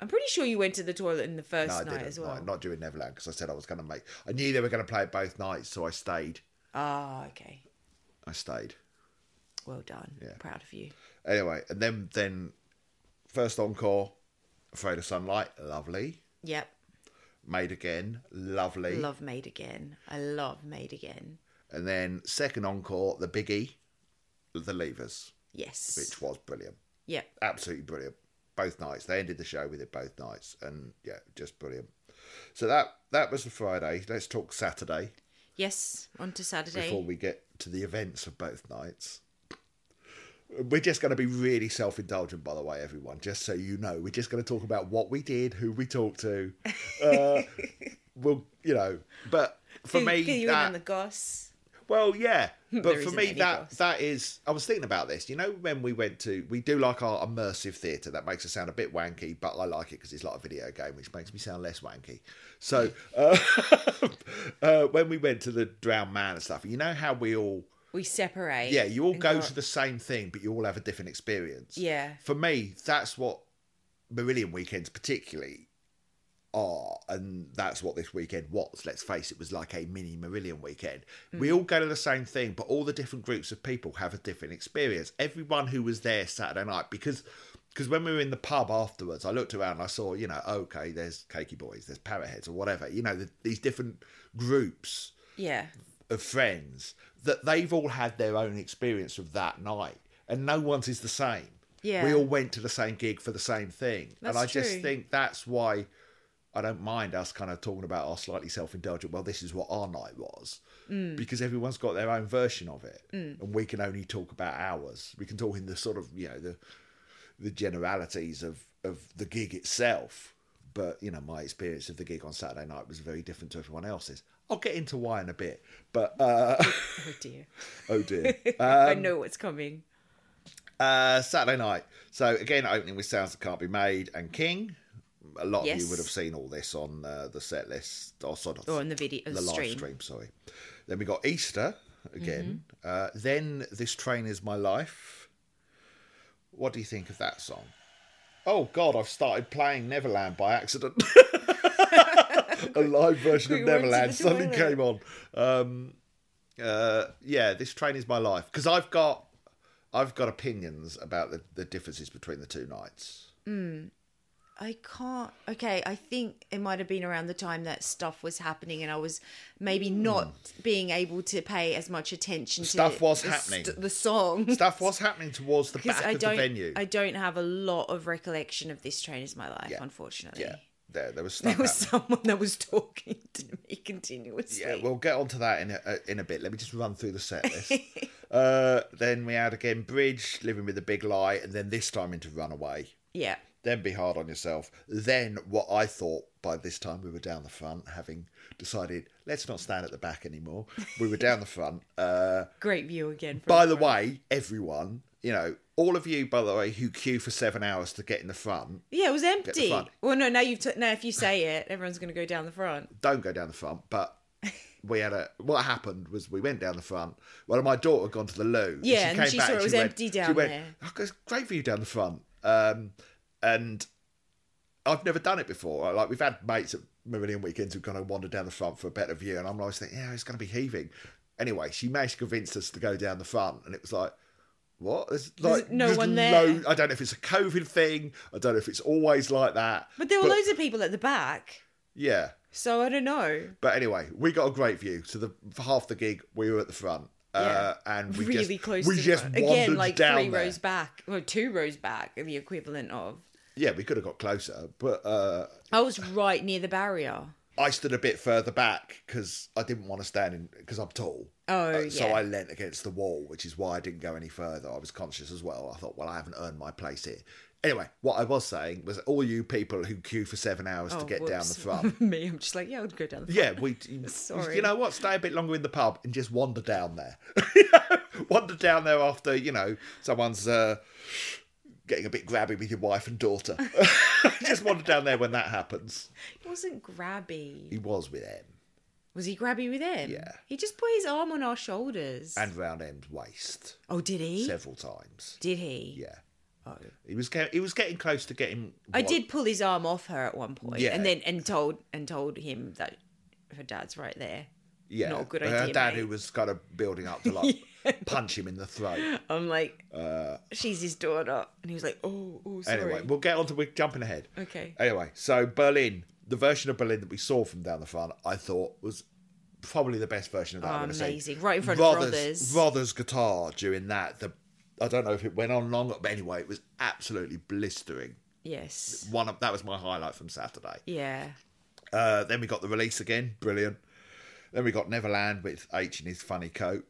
[SPEAKER 1] I'm pretty sure you went to the toilet in the first
[SPEAKER 2] No, I
[SPEAKER 1] night
[SPEAKER 2] didn't.
[SPEAKER 1] as well.
[SPEAKER 2] No, not during Neverland because I said I was going to make. I knew they were going to play it both nights, so I stayed.
[SPEAKER 1] Ah, okay.
[SPEAKER 2] I stayed.
[SPEAKER 1] Well done. Proud of you.
[SPEAKER 2] Anyway, and then then first encore, Afraid of Sunlight, lovely.
[SPEAKER 1] Yep.
[SPEAKER 2] Made again, lovely.
[SPEAKER 1] Love Made Again. I love Made Again.
[SPEAKER 2] and then second encore, the biggie, the Levers,
[SPEAKER 1] Yes.
[SPEAKER 2] which was brilliant.
[SPEAKER 1] Yep.
[SPEAKER 2] absolutely brilliant. Both nights they ended the show with it both nights, and yeah, just brilliant. So that that was the Friday. Let's talk Saturday
[SPEAKER 1] Yes. On to Saturday.
[SPEAKER 2] before we get to the events of both nights. We're just going to be really self indulgent, by the way, everyone. Just so you know, we're just going to talk about what we did, who we talked to. Uh, we'll, you know, but for
[SPEAKER 1] Fill-
[SPEAKER 2] me,
[SPEAKER 1] fill you in
[SPEAKER 2] that-
[SPEAKER 1] on the goss.
[SPEAKER 2] well, yeah, but
[SPEAKER 1] [LAUGHS] There
[SPEAKER 2] for
[SPEAKER 1] isn't
[SPEAKER 2] me
[SPEAKER 1] any
[SPEAKER 2] that
[SPEAKER 1] boss.
[SPEAKER 2] that is. I was thinking about this. You know, when we went to, we do like our immersive theatre. That makes us sound a bit wanky, but I like it because it's like a video game, which makes me sound less wanky. So [LAUGHS] uh, uh, when we went to the Drowned Man and stuff, you know how we all,
[SPEAKER 1] We separate.
[SPEAKER 2] yeah, you all
[SPEAKER 1] and
[SPEAKER 2] go
[SPEAKER 1] got-
[SPEAKER 2] to the same thing, but you all have a different experience.
[SPEAKER 1] Yeah.
[SPEAKER 2] For me, that's what Marillion weekends particularly are, and that's what this weekend was. Let's face it, was like a mini Marillion weekend. We all go to the same thing, but all the different groups of people have a different experience. Everyone who was there Saturday night, because because when we were in the pub afterwards, I looked around and I saw, you know, okay, there's Cakey Boys, there's Parrotheads, or whatever. You know, the, these different groups
[SPEAKER 1] Yeah.
[SPEAKER 2] of friends that they've all had their own experience of that night, and no one's is the same.
[SPEAKER 1] Yeah.
[SPEAKER 2] we all went to the same gig for the same thing, and
[SPEAKER 1] That's
[SPEAKER 2] I just
[SPEAKER 1] true.
[SPEAKER 2] think that's why I don't mind us kind of talking about our slightly self-indulgent. Well, this is what our night was
[SPEAKER 1] Mm.
[SPEAKER 2] because everyone's got their own version of it, and we can only talk about ours. We can talk in the sort of you know the the generalities of of the gig itself. But you know, my experience of the gig on Saturday night was very different to everyone else's. I'll get into why in a bit, but uh, [LAUGHS]
[SPEAKER 1] Oh dear.
[SPEAKER 2] oh dear.
[SPEAKER 1] I know what's coming.
[SPEAKER 2] Uh, Saturday night. So again, opening with sounds that can't be made and King. A lot of
[SPEAKER 1] Yes.
[SPEAKER 2] you would have seen all this on uh, the set list or sort of
[SPEAKER 1] Or on the video, the,
[SPEAKER 2] the live
[SPEAKER 1] stream.
[SPEAKER 2] stream. Sorry. Then we got Easter, again.
[SPEAKER 1] Mm-hmm.
[SPEAKER 2] Uh, then This Train Is My Life. What do you think of that song? Oh, God, I've started playing Neverland by accident. [LAUGHS] A live version
[SPEAKER 1] Quick,
[SPEAKER 2] of
[SPEAKER 1] went to
[SPEAKER 2] Neverland.
[SPEAKER 1] the
[SPEAKER 2] Something
[SPEAKER 1] toilet.
[SPEAKER 2] came on. Um, uh, yeah, This Train Is My Life. Because I've got. I've got opinions about the, the differences between the two nights.
[SPEAKER 1] I can't. Okay, I think it might have been around the time that stuff was happening, and I was maybe not being able to pay as much attention to
[SPEAKER 2] Hmm. Stuff was
[SPEAKER 1] the,
[SPEAKER 2] happening.
[SPEAKER 1] the song. [LAUGHS]
[SPEAKER 2] Stuff was happening towards the
[SPEAKER 1] Because
[SPEAKER 2] back
[SPEAKER 1] I
[SPEAKER 2] of
[SPEAKER 1] don't,
[SPEAKER 2] the venue.
[SPEAKER 1] I don't have a lot of recollection of this train is my life,
[SPEAKER 2] Yeah.
[SPEAKER 1] unfortunately.
[SPEAKER 2] yeah, there, there was stuff
[SPEAKER 1] [LAUGHS] There was
[SPEAKER 2] happening.
[SPEAKER 1] someone that was [LAUGHS] talking to me continuously.
[SPEAKER 2] Yeah, we'll get onto that in a, uh, in a bit. Let me just run through the set list. uh, then we had again Bridge, Living with a Big Lie, and then this time into Runaway.
[SPEAKER 1] yeah.
[SPEAKER 2] Then Be Hard on Yourself. Then what I thought by this time we were down the front, having decided let's not stand at the back anymore. We were down the front. Uh,
[SPEAKER 1] Great view again. From
[SPEAKER 2] by the way, everyone, you know, all of you, by the way, who queue for seven hours to get in the front,
[SPEAKER 1] yeah, it was empty.
[SPEAKER 2] front.
[SPEAKER 1] Well, no, now you've t- now if you say it, everyone's going to go down the front.
[SPEAKER 2] don't go down the front, but we had a what happened was we went down the front. Well, my daughter had gone to the loo.
[SPEAKER 1] Yeah, and she saw it was empty down
[SPEAKER 2] she went,
[SPEAKER 1] there.
[SPEAKER 2] "Oh, it's great view down the front. Um, and I've never done it before. Like we've had mates at Meridian weekends who kind of wander down the front for a better view, and I'm always thinking, yeah, it's going to be heaving. Anyway, she managed to convince us to go down the front, and it was like. What? There's like
[SPEAKER 1] no
[SPEAKER 2] there's
[SPEAKER 1] one there.
[SPEAKER 2] lo- I don't know if it's a COVID thing. I don't know if it's always like that.
[SPEAKER 1] But there were loads of people at the back,
[SPEAKER 2] Yeah.
[SPEAKER 1] so I don't know.
[SPEAKER 2] But anyway, we got a great view. So the for half the gig, we were at the front, uh, and we
[SPEAKER 1] really
[SPEAKER 2] just,
[SPEAKER 1] close.
[SPEAKER 2] We
[SPEAKER 1] to the
[SPEAKER 2] just
[SPEAKER 1] front.
[SPEAKER 2] wandered
[SPEAKER 1] again, like
[SPEAKER 2] down
[SPEAKER 1] three
[SPEAKER 2] there.
[SPEAKER 1] rows back, or two rows back, the equivalent of.
[SPEAKER 2] Yeah, we could have got closer, but uh,
[SPEAKER 1] I was right near the barrier.
[SPEAKER 2] I stood a bit further back because I didn't want to stand in because I'm tall.
[SPEAKER 1] Oh,
[SPEAKER 2] Uh, So
[SPEAKER 1] yeah.
[SPEAKER 2] I leant against the wall, which is why I didn't go any further. I was conscious as well. I thought, well, I haven't earned my place here. Anyway, what I was saying was all you people who queue for seven hours to
[SPEAKER 1] Oh,
[SPEAKER 2] get down the
[SPEAKER 1] whoops.
[SPEAKER 2] front.
[SPEAKER 1] [LAUGHS] Me, I'm just like, yeah, I would go down the front.
[SPEAKER 2] Yeah,
[SPEAKER 1] [LAUGHS]
[SPEAKER 2] we.
[SPEAKER 1] Sorry.
[SPEAKER 2] You know what? Stay a bit longer in the pub and just wander down there. [LAUGHS] wander down there after you know someone's uh, getting a bit grabby with your wife and daughter. [LAUGHS] just wander down there when that happens.
[SPEAKER 1] He wasn't grabby.
[SPEAKER 2] He was with M
[SPEAKER 1] Was he grabby with him?
[SPEAKER 2] Yeah.
[SPEAKER 1] He just put his arm on our shoulders.
[SPEAKER 2] and round M's waist
[SPEAKER 1] oh, did he?
[SPEAKER 2] several times.
[SPEAKER 1] Did he?
[SPEAKER 2] Yeah,
[SPEAKER 1] Oh.
[SPEAKER 2] he was get, he was getting close to getting.
[SPEAKER 1] I
[SPEAKER 2] what-
[SPEAKER 1] did pull his arm off her at one point,
[SPEAKER 2] Yeah.
[SPEAKER 1] and then and told and told him that her dad's right there. [LAUGHS]
[SPEAKER 2] Yeah,
[SPEAKER 1] not a good
[SPEAKER 2] her
[SPEAKER 1] idea,
[SPEAKER 2] dad
[SPEAKER 1] mate.
[SPEAKER 2] who was kind of building
[SPEAKER 1] [LAUGHS]
[SPEAKER 2] up to like punch him in the throat.
[SPEAKER 1] I'm like, she's his daughter, and he was like, oh, oh, sorry.
[SPEAKER 2] Uh. Anyway, we'll get on to we're jumping ahead.
[SPEAKER 1] okay.
[SPEAKER 2] Anyway, so Berlin, the version of Berlin that we saw from down the front, I thought was probably the best version of that. I've ever seen.
[SPEAKER 1] Oh, amazing. Right in front of Rothers.
[SPEAKER 2] Rother's guitar during that. The I don't know if it went on long, but anyway, it was absolutely blistering.
[SPEAKER 1] Yes.
[SPEAKER 2] One of, that was my highlight from Saturday.
[SPEAKER 1] Yeah.
[SPEAKER 2] Uh, then we got the release again, brilliant. Then we got Neverland with H in his funny coat.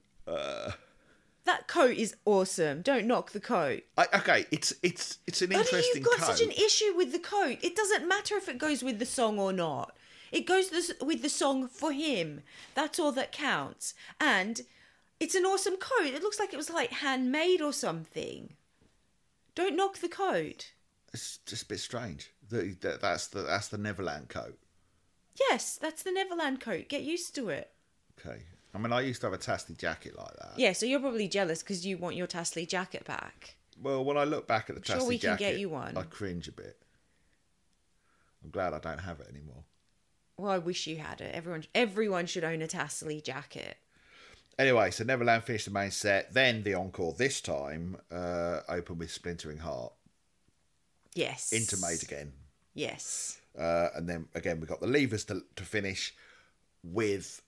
[SPEAKER 1] That coat is awesome. Don't knock the coat.
[SPEAKER 2] I, okay, it's it's it's an
[SPEAKER 1] But
[SPEAKER 2] interesting
[SPEAKER 1] you've got
[SPEAKER 2] coat.
[SPEAKER 1] such an issue with the coat. It doesn't matter if it goes with the song or not. It goes this- with the song for him. That's all that counts. And it's an awesome coat. It looks like it was like handmade or something. Don't knock the coat.
[SPEAKER 2] It's just a bit strange. The, that that's the that's the Neverland coat.
[SPEAKER 1] Yes, that's the Neverland coat. Get used to it.
[SPEAKER 2] Okay. I mean, I used to have a tasty jacket like that.
[SPEAKER 1] Yeah, so you're probably jealous because you want your Tasley jacket back.
[SPEAKER 2] Well, when I look back at the
[SPEAKER 1] sure
[SPEAKER 2] Tassie
[SPEAKER 1] we can
[SPEAKER 2] jacket,
[SPEAKER 1] get you one.
[SPEAKER 2] I cringe a bit. I'm glad I don't have it anymore.
[SPEAKER 1] Well, I wish you had it. Everyone, everyone should own a Tasley jacket.
[SPEAKER 2] Anyway, so Neverland finished the main set. Then the encore this time uh, opened with Splintering Heart
[SPEAKER 1] Yes.
[SPEAKER 2] into Made again,
[SPEAKER 1] Yes.
[SPEAKER 2] uh, and then again we got the Levers to, to finish with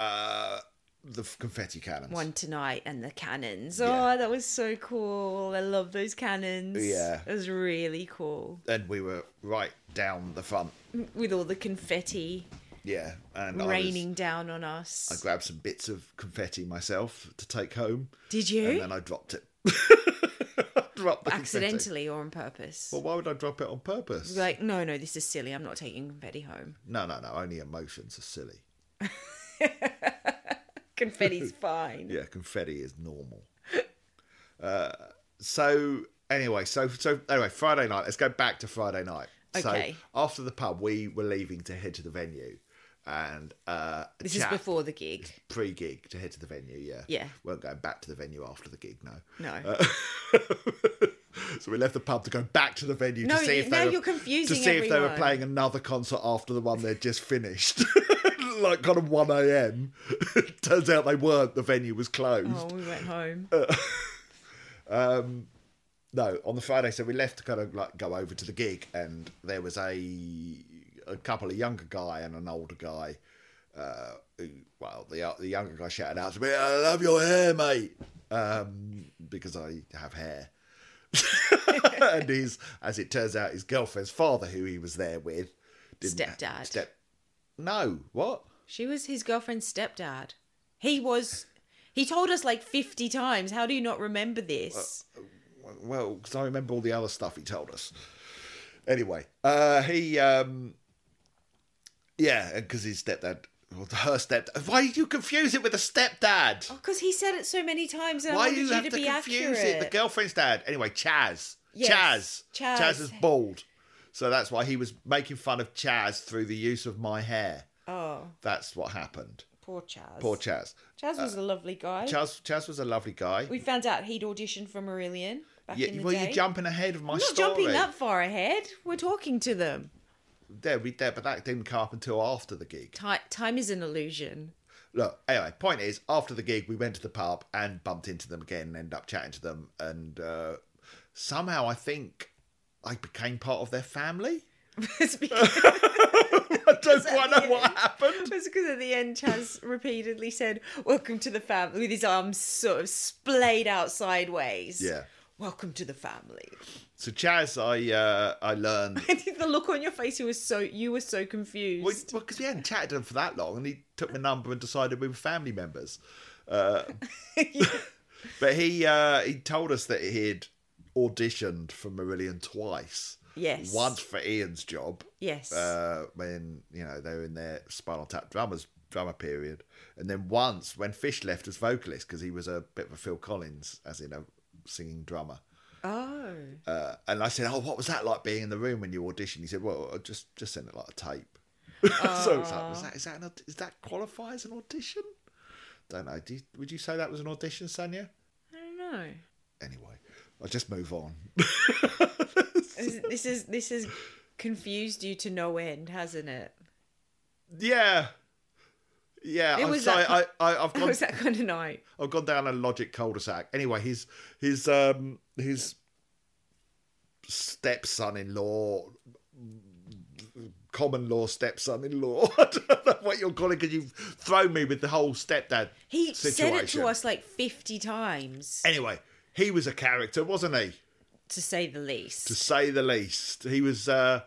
[SPEAKER 2] uh, the f- confetti cannons.
[SPEAKER 1] One tonight and the cannons.
[SPEAKER 2] Yeah.
[SPEAKER 1] Oh, that was so cool. I love those cannons.
[SPEAKER 2] Yeah.
[SPEAKER 1] It was really cool.
[SPEAKER 2] And we were right down the front.
[SPEAKER 1] With all the confetti
[SPEAKER 2] Yeah, and
[SPEAKER 1] raining down on
[SPEAKER 2] I, was, I
[SPEAKER 1] us.
[SPEAKER 2] grabbed some bits of confetti myself to take home,
[SPEAKER 1] Did
[SPEAKER 2] and
[SPEAKER 1] you?
[SPEAKER 2] then I dropped it. [LAUGHS] dropped the confetti.
[SPEAKER 1] Accidentally or on purpose?
[SPEAKER 2] Well, why would I drop it on purpose?
[SPEAKER 1] like, no, no, this is silly. I'm not taking confetti home.
[SPEAKER 2] No, no, no. Only emotions are silly. [LAUGHS]
[SPEAKER 1] Confetti's fine.
[SPEAKER 2] Yeah, confetti is
[SPEAKER 1] [LAUGHS]
[SPEAKER 2] normal. uh, so anyway, so so anyway, Friday night. Let's go back to Friday night. So
[SPEAKER 1] Okay.
[SPEAKER 2] after the pub, we were leaving to head to the venue, and uh, a
[SPEAKER 1] This
[SPEAKER 2] chap
[SPEAKER 1] is before the gig.
[SPEAKER 2] pre-gig to head to the venue. Yeah,
[SPEAKER 1] Yeah.
[SPEAKER 2] Weren't going back to the venue after the gig. No.
[SPEAKER 1] No.
[SPEAKER 2] Uh, [LAUGHS] so we left the pub to go back to the venue
[SPEAKER 1] No,
[SPEAKER 2] to see
[SPEAKER 1] you-
[SPEAKER 2] if they
[SPEAKER 1] now
[SPEAKER 2] were,
[SPEAKER 1] you're confusing
[SPEAKER 2] to see if they were
[SPEAKER 1] everyone.
[SPEAKER 2] playing another concert after the one they'd just finished. [LAUGHS] like kind of 1 a.m. [LAUGHS] Turns out they weren't. The venue was closed.
[SPEAKER 1] oh,
[SPEAKER 2] [LAUGHS]
[SPEAKER 1] we went home.
[SPEAKER 2] Uh, No, on the Friday, so we left to kind of like go over to the gig, and there was a a couple, a younger guy and an older guy. Uh, who, well, the the younger guy shouted out to me, "I love your hair, mate," um, because I have hair. [LAUGHS] and he's, as it turns out, his girlfriend's father, who he was there with,
[SPEAKER 1] Stepdad.
[SPEAKER 2] Step. No, what?
[SPEAKER 1] she was his girlfriend's stepdad. He was. He told us like 50 times. How do you not remember this?
[SPEAKER 2] well because i remember all the other stuff he told us anyway uh he um yeah because his stepdad well, her stepdad why do you confuse it with a stepdad
[SPEAKER 1] Because he said it so many times. And
[SPEAKER 2] why
[SPEAKER 1] Oh, I
[SPEAKER 2] do
[SPEAKER 1] wanted
[SPEAKER 2] you have
[SPEAKER 1] to,
[SPEAKER 2] to
[SPEAKER 1] be
[SPEAKER 2] confuse
[SPEAKER 1] accurate.
[SPEAKER 2] it the girlfriend's dad anyway chaz
[SPEAKER 1] Yes,
[SPEAKER 2] chaz
[SPEAKER 1] Chaz.
[SPEAKER 2] chaz is bald so that's why he was making fun of chaz through the use of my hair
[SPEAKER 1] Oh,
[SPEAKER 2] that's what happened
[SPEAKER 1] poor Chaz.
[SPEAKER 2] poor chaz
[SPEAKER 1] Chaz was a lovely guy.
[SPEAKER 2] chaz chaz was a lovely guy
[SPEAKER 1] we found out he'd auditioned for Marillion back in
[SPEAKER 2] yeah,
[SPEAKER 1] the
[SPEAKER 2] well,
[SPEAKER 1] day.
[SPEAKER 2] you're jumping ahead of my
[SPEAKER 1] I'm not
[SPEAKER 2] story.
[SPEAKER 1] jumping that far ahead. We're talking to them.
[SPEAKER 2] There, we there, but that didn't come up until after the gig.
[SPEAKER 1] Ti time is an illusion. [LAUGHS]
[SPEAKER 2] look anyway point is after the gig we went to the pub and bumped into them again and ended up chatting to them and uh, somehow i think i became part of their family [LAUGHS]
[SPEAKER 1] it's because
[SPEAKER 2] i don't quite know what
[SPEAKER 1] [LAUGHS]
[SPEAKER 2] happened
[SPEAKER 1] it's because at the end, Chaz repeatedly said, "Welcome to the family," with his arms sort of splayed out sideways.
[SPEAKER 2] yeah
[SPEAKER 1] Welcome to the family. [LAUGHS]
[SPEAKER 2] so chaz i uh, i learned
[SPEAKER 1] And the look on your face, you were so you were so confused.
[SPEAKER 2] well, because we hadn't chatted to him for that long and he took my number and decided we were family members uh, [LAUGHS] but he uh, he told us that he had auditioned for Marillion twice
[SPEAKER 1] Yes.
[SPEAKER 2] once for ian's job
[SPEAKER 1] yes.
[SPEAKER 2] uh, when you know they were in their Spinal Tap drummers drummer period, and then once when Fish left as vocalist because he was a bit of a Phil Collins, as in a singing drummer.
[SPEAKER 1] oh.
[SPEAKER 2] Uh, and I said, "Oh, what was that like being in the room when you auditioned?" He said, "Well, I just just sent it like a tape." [LAUGHS] so it's like, is that is that an, aud- is that qualify as an audition? Don't know. Do you, would you say that was an audition, Sonia?
[SPEAKER 1] I don't know.
[SPEAKER 2] Anyway, I'll just move on.
[SPEAKER 1] This- This is this has confused you to no end, hasn't it?
[SPEAKER 2] yeah, yeah.
[SPEAKER 1] It
[SPEAKER 2] I'm
[SPEAKER 1] was
[SPEAKER 2] sorry.
[SPEAKER 1] that
[SPEAKER 2] I, I
[SPEAKER 1] [LAUGHS]
[SPEAKER 2] I've
[SPEAKER 1] It
[SPEAKER 2] gone
[SPEAKER 1] was that kind of night.
[SPEAKER 2] I've gone down a logic cul-de-sac. Anyway, his his um his stepson-in-law, common law stepson-in-law. [LAUGHS] I don't know what you're calling because you've thrown me with the whole stepdad
[SPEAKER 1] He
[SPEAKER 2] situation.
[SPEAKER 1] said it to us like 50 times,
[SPEAKER 2] Anyway, he was a character, wasn't he?
[SPEAKER 1] to say the least.
[SPEAKER 2] To say the least, he was. uh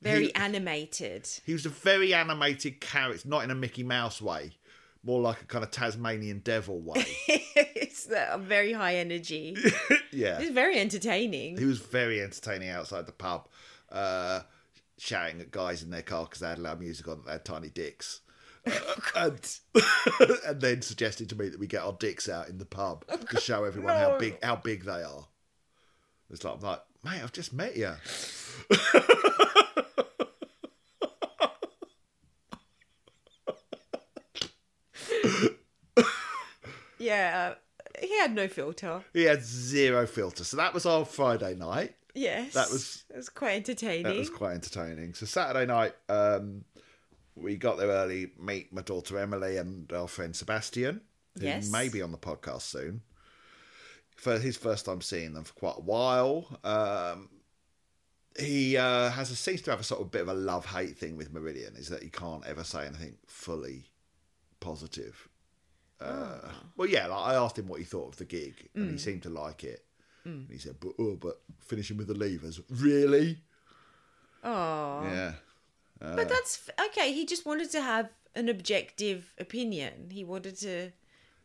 [SPEAKER 1] Very
[SPEAKER 2] he- [LAUGHS]
[SPEAKER 1] animated.
[SPEAKER 2] He was a very animated character, not in a Mickey Mouse way, more like a kind of Tasmanian devil
[SPEAKER 1] [LAUGHS]
[SPEAKER 2] way.
[SPEAKER 1] it's uh, very high energy.
[SPEAKER 2] yeah.
[SPEAKER 1] It's very entertaining.
[SPEAKER 2] He was very entertaining outside the pub, uh, shouting at guys in their car because they had loud music on. They had tiny dicks, Uh, and, [LAUGHS] and then suggested to me that we get our dicks out in the pub to show everyone how
[SPEAKER 1] no.
[SPEAKER 2] big how big they are. It's like I'm like, mate, I've just met you.
[SPEAKER 1] Yeah, uh, he had no filter.
[SPEAKER 2] He had zero filter, so that was our Friday night.
[SPEAKER 1] Yes,
[SPEAKER 2] That was-
[SPEAKER 1] that was quite entertaining.
[SPEAKER 2] That was quite entertaining. So Saturday night, um, we got there early, meet my daughter Emily and our friend Sebastian, who
[SPEAKER 1] Yes.
[SPEAKER 2] may be on the podcast soon. For his first time seeing them for quite a while. Um, he uh, has a, seems to have a sort of bit of a love hate thing with Meridian, is that he can't ever say anything fully positive. Uh,
[SPEAKER 1] Ah.
[SPEAKER 2] Well, yeah, like I asked him what he thought of the gig, and
[SPEAKER 1] Mm.
[SPEAKER 2] he seemed to like it. And he said, but, oh, but finishing with the levers, really?
[SPEAKER 1] oh,
[SPEAKER 2] Yeah.
[SPEAKER 1] but that's f- okay. He just wanted to have an objective opinion. He wanted to,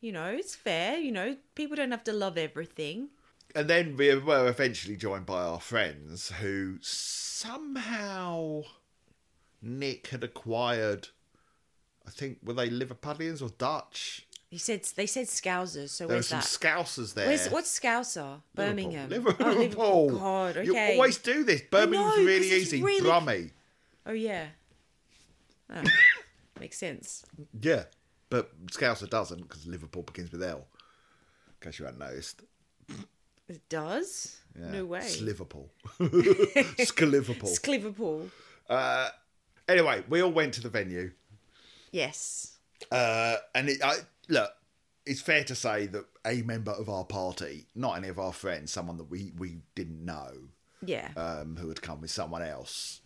[SPEAKER 1] you know, it's fair. You know, people don't have to love everything.
[SPEAKER 2] And then we were eventually joined by our friends who somehow Nick had acquired, I think, were they Liverpudlians or Dutch?
[SPEAKER 1] He said they said Scousers. So
[SPEAKER 2] There were
[SPEAKER 1] where's
[SPEAKER 2] some
[SPEAKER 1] that?
[SPEAKER 2] Scousers there.
[SPEAKER 1] Where's, what's Scouser? Birmingham.
[SPEAKER 2] Liverpool.
[SPEAKER 1] Oh,
[SPEAKER 2] Liverpool.
[SPEAKER 1] God, okay.
[SPEAKER 2] You always do this. Birmingham's
[SPEAKER 1] know,
[SPEAKER 2] really
[SPEAKER 1] 'cause it's
[SPEAKER 2] easy.
[SPEAKER 1] really-
[SPEAKER 2] [LAUGHS] Brummy.
[SPEAKER 1] Oh yeah. Oh. Makes sense.
[SPEAKER 2] Yeah, but Scouser doesn't because Liverpool begins with L. In case you hadn't noticed.
[SPEAKER 1] It does.
[SPEAKER 2] Yeah.
[SPEAKER 1] No way. [LAUGHS]
[SPEAKER 2] Sliverpool. [LAUGHS] Skliverpool.
[SPEAKER 1] It's Liverpool.
[SPEAKER 2] Uh, anyway, we all went to the venue,
[SPEAKER 1] Yes.
[SPEAKER 2] uh, and it, I, look, it's fair to say that a member of our party, not any of our friends, someone that we we didn't know,
[SPEAKER 1] Yeah.
[SPEAKER 2] um, who had come with someone else.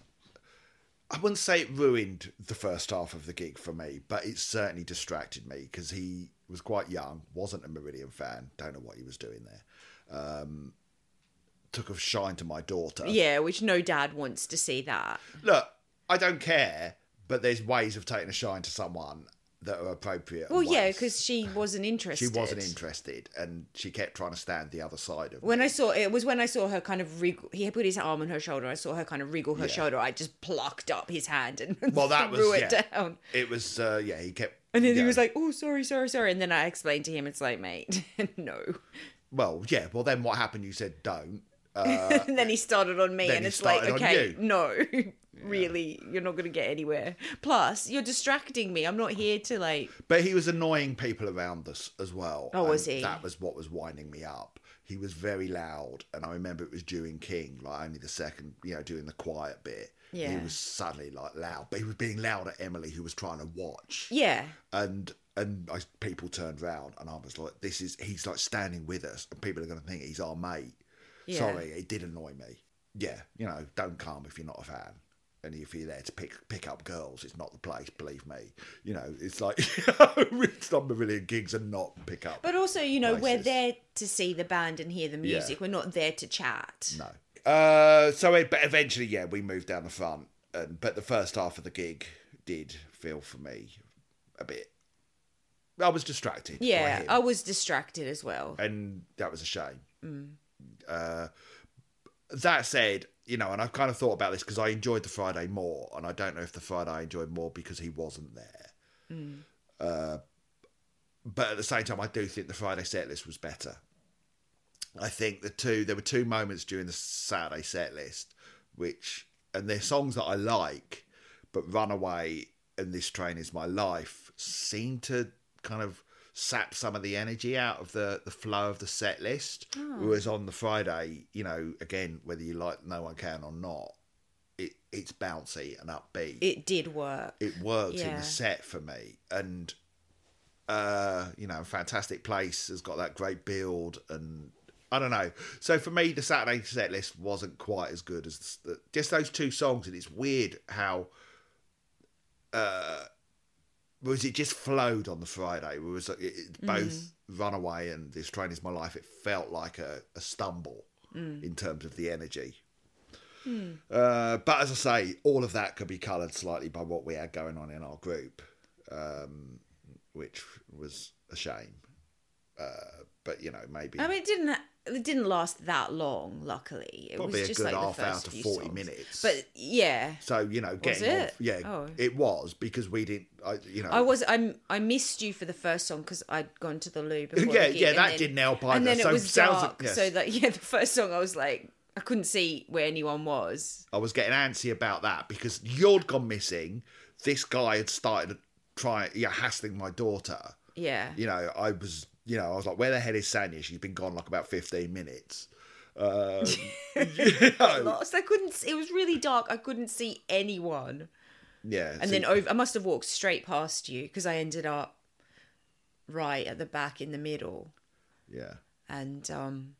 [SPEAKER 2] I wouldn't say it ruined the first half of the gig for me, but it certainly distracted me because he was quite young, wasn't a Meridian fan, don't know what he was doing there. Um, took a shine to my daughter.
[SPEAKER 1] yeah, which no dad wants to see that.
[SPEAKER 2] look, I don't care, but there's ways of taking a shine to someone that are appropriate. and
[SPEAKER 1] Well, yeah,
[SPEAKER 2] ways.
[SPEAKER 1] because she wasn't
[SPEAKER 2] she
[SPEAKER 1] interested.
[SPEAKER 2] wasn't interested, and she kept trying to stand the other side of.
[SPEAKER 1] When
[SPEAKER 2] me.
[SPEAKER 1] I saw it was when I saw her kind of wriggle. He had put his arm on her shoulder. I saw her kind of wriggle her
[SPEAKER 2] Yeah.
[SPEAKER 1] shoulder. I just plucked up his hand and [LAUGHS]
[SPEAKER 2] well, that was
[SPEAKER 1] threw it
[SPEAKER 2] yeah,
[SPEAKER 1] down.
[SPEAKER 2] It was uh, yeah. He kept
[SPEAKER 1] And then he
[SPEAKER 2] yeah.
[SPEAKER 1] was like, "Oh, sorry, sorry, sorry." And then I explained to him, "It's like, mate, [LAUGHS] no."
[SPEAKER 2] "Well, yeah. Well, then what happened? You said don't." Uh,
[SPEAKER 1] [LAUGHS] and then he started on me,
[SPEAKER 2] Then
[SPEAKER 1] and
[SPEAKER 2] he
[SPEAKER 1] it's like,
[SPEAKER 2] started on
[SPEAKER 1] "Okay,
[SPEAKER 2] you.
[SPEAKER 1] no, [LAUGHS] really, you're not going to get anywhere." Plus, you're distracting me. I'm not here to like.
[SPEAKER 2] but he was annoying people around us as well.
[SPEAKER 1] Oh, was
[SPEAKER 2] and
[SPEAKER 1] he?
[SPEAKER 2] That was what was winding me up. He was very loud, and I remember it was during King, like only the second, you know, during the quiet bit. He
[SPEAKER 1] Yeah.
[SPEAKER 2] was suddenly like loud, but he was being loud at Emily, who was trying to watch.
[SPEAKER 1] Yeah,
[SPEAKER 2] and and I, people turned round and I was like, "This is he's like standing with us, and people are going to think he's our mate."
[SPEAKER 1] Yeah.
[SPEAKER 2] Sorry, it did annoy me. Yeah, you know, don't come if you're not a fan, and if you're there to pick pick up girls, it's not the place. Believe me, you know, it's like [LAUGHS] some brilliant gigs and not pick up.
[SPEAKER 1] but also, you know, we're
[SPEAKER 2] Places.
[SPEAKER 1] there to see the band and hear the
[SPEAKER 2] Yeah.
[SPEAKER 1] music. We're not there to chat.
[SPEAKER 2] no. Uh, so it, but eventually, yeah, we moved down the front, and but the first half of the gig did feel for me a bit. I was distracted. by
[SPEAKER 1] Yeah,
[SPEAKER 2] him.
[SPEAKER 1] I was distracted as well.
[SPEAKER 2] and that was a shame. Uh, that said, you know, and I've kind of thought about this because I enjoyed the Friday more, and I don't know if the Friday I enjoyed more because he wasn't there. Uh, but at the same time, I do think the Friday set list was better. I think the two there were two moments during the Saturday set list, which and they're songs that I like, but Runaway and This Train Is My Life seem to kind of sap some of the energy out of the the flow of the set list. Whereas on the Friday, you know, again, whether you like No One Can or not, it it's bouncy and upbeat
[SPEAKER 1] It did work.
[SPEAKER 2] it worked in
[SPEAKER 1] Yeah.
[SPEAKER 2] the set for me and uh you know fantastic place has got that great build and i don't know so for me the saturday set list wasn't quite as good as the, just those two songs and it's weird how uh was it just flowed on the friday was uh, it, it, both runaway and this train is my life it felt like a, a stumble in terms of the energy uh, but as I say, all of that could be coloured slightly by what we had going on in our group, um, which was a shame. Uh, but you know, maybe
[SPEAKER 1] I mean, it didn't. It didn't last that long. Luckily, it
[SPEAKER 2] probably
[SPEAKER 1] was
[SPEAKER 2] a
[SPEAKER 1] just
[SPEAKER 2] good
[SPEAKER 1] like
[SPEAKER 2] half
[SPEAKER 1] the
[SPEAKER 2] hour
[SPEAKER 1] first
[SPEAKER 2] to
[SPEAKER 1] few
[SPEAKER 2] forty
[SPEAKER 1] songs.
[SPEAKER 2] minutes.
[SPEAKER 1] But yeah,
[SPEAKER 2] so you know, getting
[SPEAKER 1] it?
[SPEAKER 2] off, yeah,
[SPEAKER 1] Oh.
[SPEAKER 2] it was because we didn't. I, you [LAUGHS] know,
[SPEAKER 1] I was. I I missed you for the first song because I'd gone to the loo before.
[SPEAKER 2] Yeah,
[SPEAKER 1] the gig,
[SPEAKER 2] yeah,
[SPEAKER 1] and
[SPEAKER 2] that
[SPEAKER 1] then-
[SPEAKER 2] didn't help either.
[SPEAKER 1] And then
[SPEAKER 2] So
[SPEAKER 1] it was
[SPEAKER 2] sounds-
[SPEAKER 1] dark.
[SPEAKER 2] yes.
[SPEAKER 1] So that [LAUGHS] yeah, the first song I was like, I couldn't see where anyone was.
[SPEAKER 2] I was getting antsy about that because you'd gone missing. This guy had started trying, yeah, hassling my daughter.
[SPEAKER 1] Yeah,
[SPEAKER 2] you know, I was, you know, I was like, where the hell is Sanya? She's been gone like about 15 minutes. Um, you know,
[SPEAKER 1] lost. I couldn't. s- It was really dark. I couldn't see anyone.
[SPEAKER 2] yeah.
[SPEAKER 1] And then over, I must have walked straight past you because I ended up right at the back in the middle.
[SPEAKER 2] yeah.
[SPEAKER 1] and um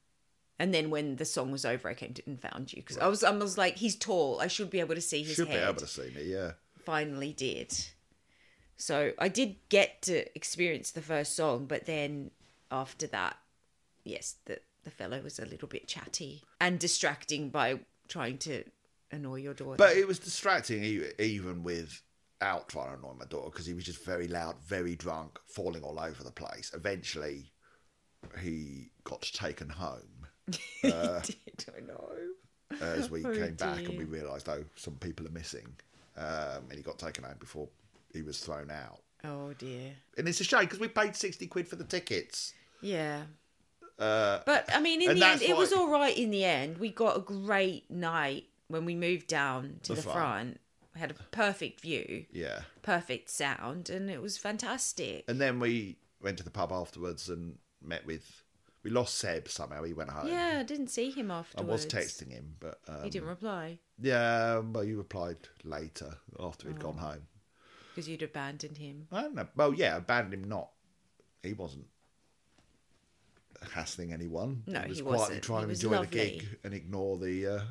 [SPEAKER 1] and then when the song was over i came to, and found you because i was i was like he's tall i should be able to see his
[SPEAKER 2] Should be
[SPEAKER 1] head
[SPEAKER 2] able to see me, yeah.
[SPEAKER 1] finally did so i did get to experience the first song but then after that yes the the fellow was a little bit chatty and distracting by trying to annoy your daughter
[SPEAKER 2] But it was distracting e- even without trying to annoy my daughter because he was just very loud, very drunk, falling all over the place. Eventually, he got taken home
[SPEAKER 1] [LAUGHS]
[SPEAKER 2] uh,
[SPEAKER 1] he did i know
[SPEAKER 2] as we
[SPEAKER 1] [LAUGHS] Oh,
[SPEAKER 2] came back and we
[SPEAKER 1] dear.
[SPEAKER 2] realised, oh, some people are missing. Um, and he got taken home before he was thrown out.
[SPEAKER 1] oh dear
[SPEAKER 2] And it's a shame because we paid 60 quid for the tickets.
[SPEAKER 1] yeah
[SPEAKER 2] Uh,
[SPEAKER 1] But I mean, in
[SPEAKER 2] And
[SPEAKER 1] the
[SPEAKER 2] that's
[SPEAKER 1] end, it was
[SPEAKER 2] why-
[SPEAKER 1] all right. In the end, we got a great night when we moved down to
[SPEAKER 2] The
[SPEAKER 1] the,
[SPEAKER 2] front.
[SPEAKER 1] front. had a perfect view,
[SPEAKER 2] Yeah.
[SPEAKER 1] perfect sound, and it was fantastic.
[SPEAKER 2] And then we went to the pub afterwards and met with. We lost Seb somehow. He went home.
[SPEAKER 1] Yeah, I didn't see him
[SPEAKER 2] I was
[SPEAKER 1] afterwards.
[SPEAKER 2] texting him, but um,
[SPEAKER 1] He didn't reply
[SPEAKER 2] yeah, well, you replied later after he'd
[SPEAKER 1] Oh.
[SPEAKER 2] gone home.
[SPEAKER 1] because you'd abandoned him.
[SPEAKER 2] I don't know. Well, yeah, abandoned him. Not he wasn't hassling anyone.
[SPEAKER 1] No,
[SPEAKER 2] he was
[SPEAKER 1] he
[SPEAKER 2] quietly
[SPEAKER 1] wasn't.
[SPEAKER 2] trying
[SPEAKER 1] He
[SPEAKER 2] to
[SPEAKER 1] was
[SPEAKER 2] enjoy
[SPEAKER 1] lovely.
[SPEAKER 2] the gig and ignore the uh,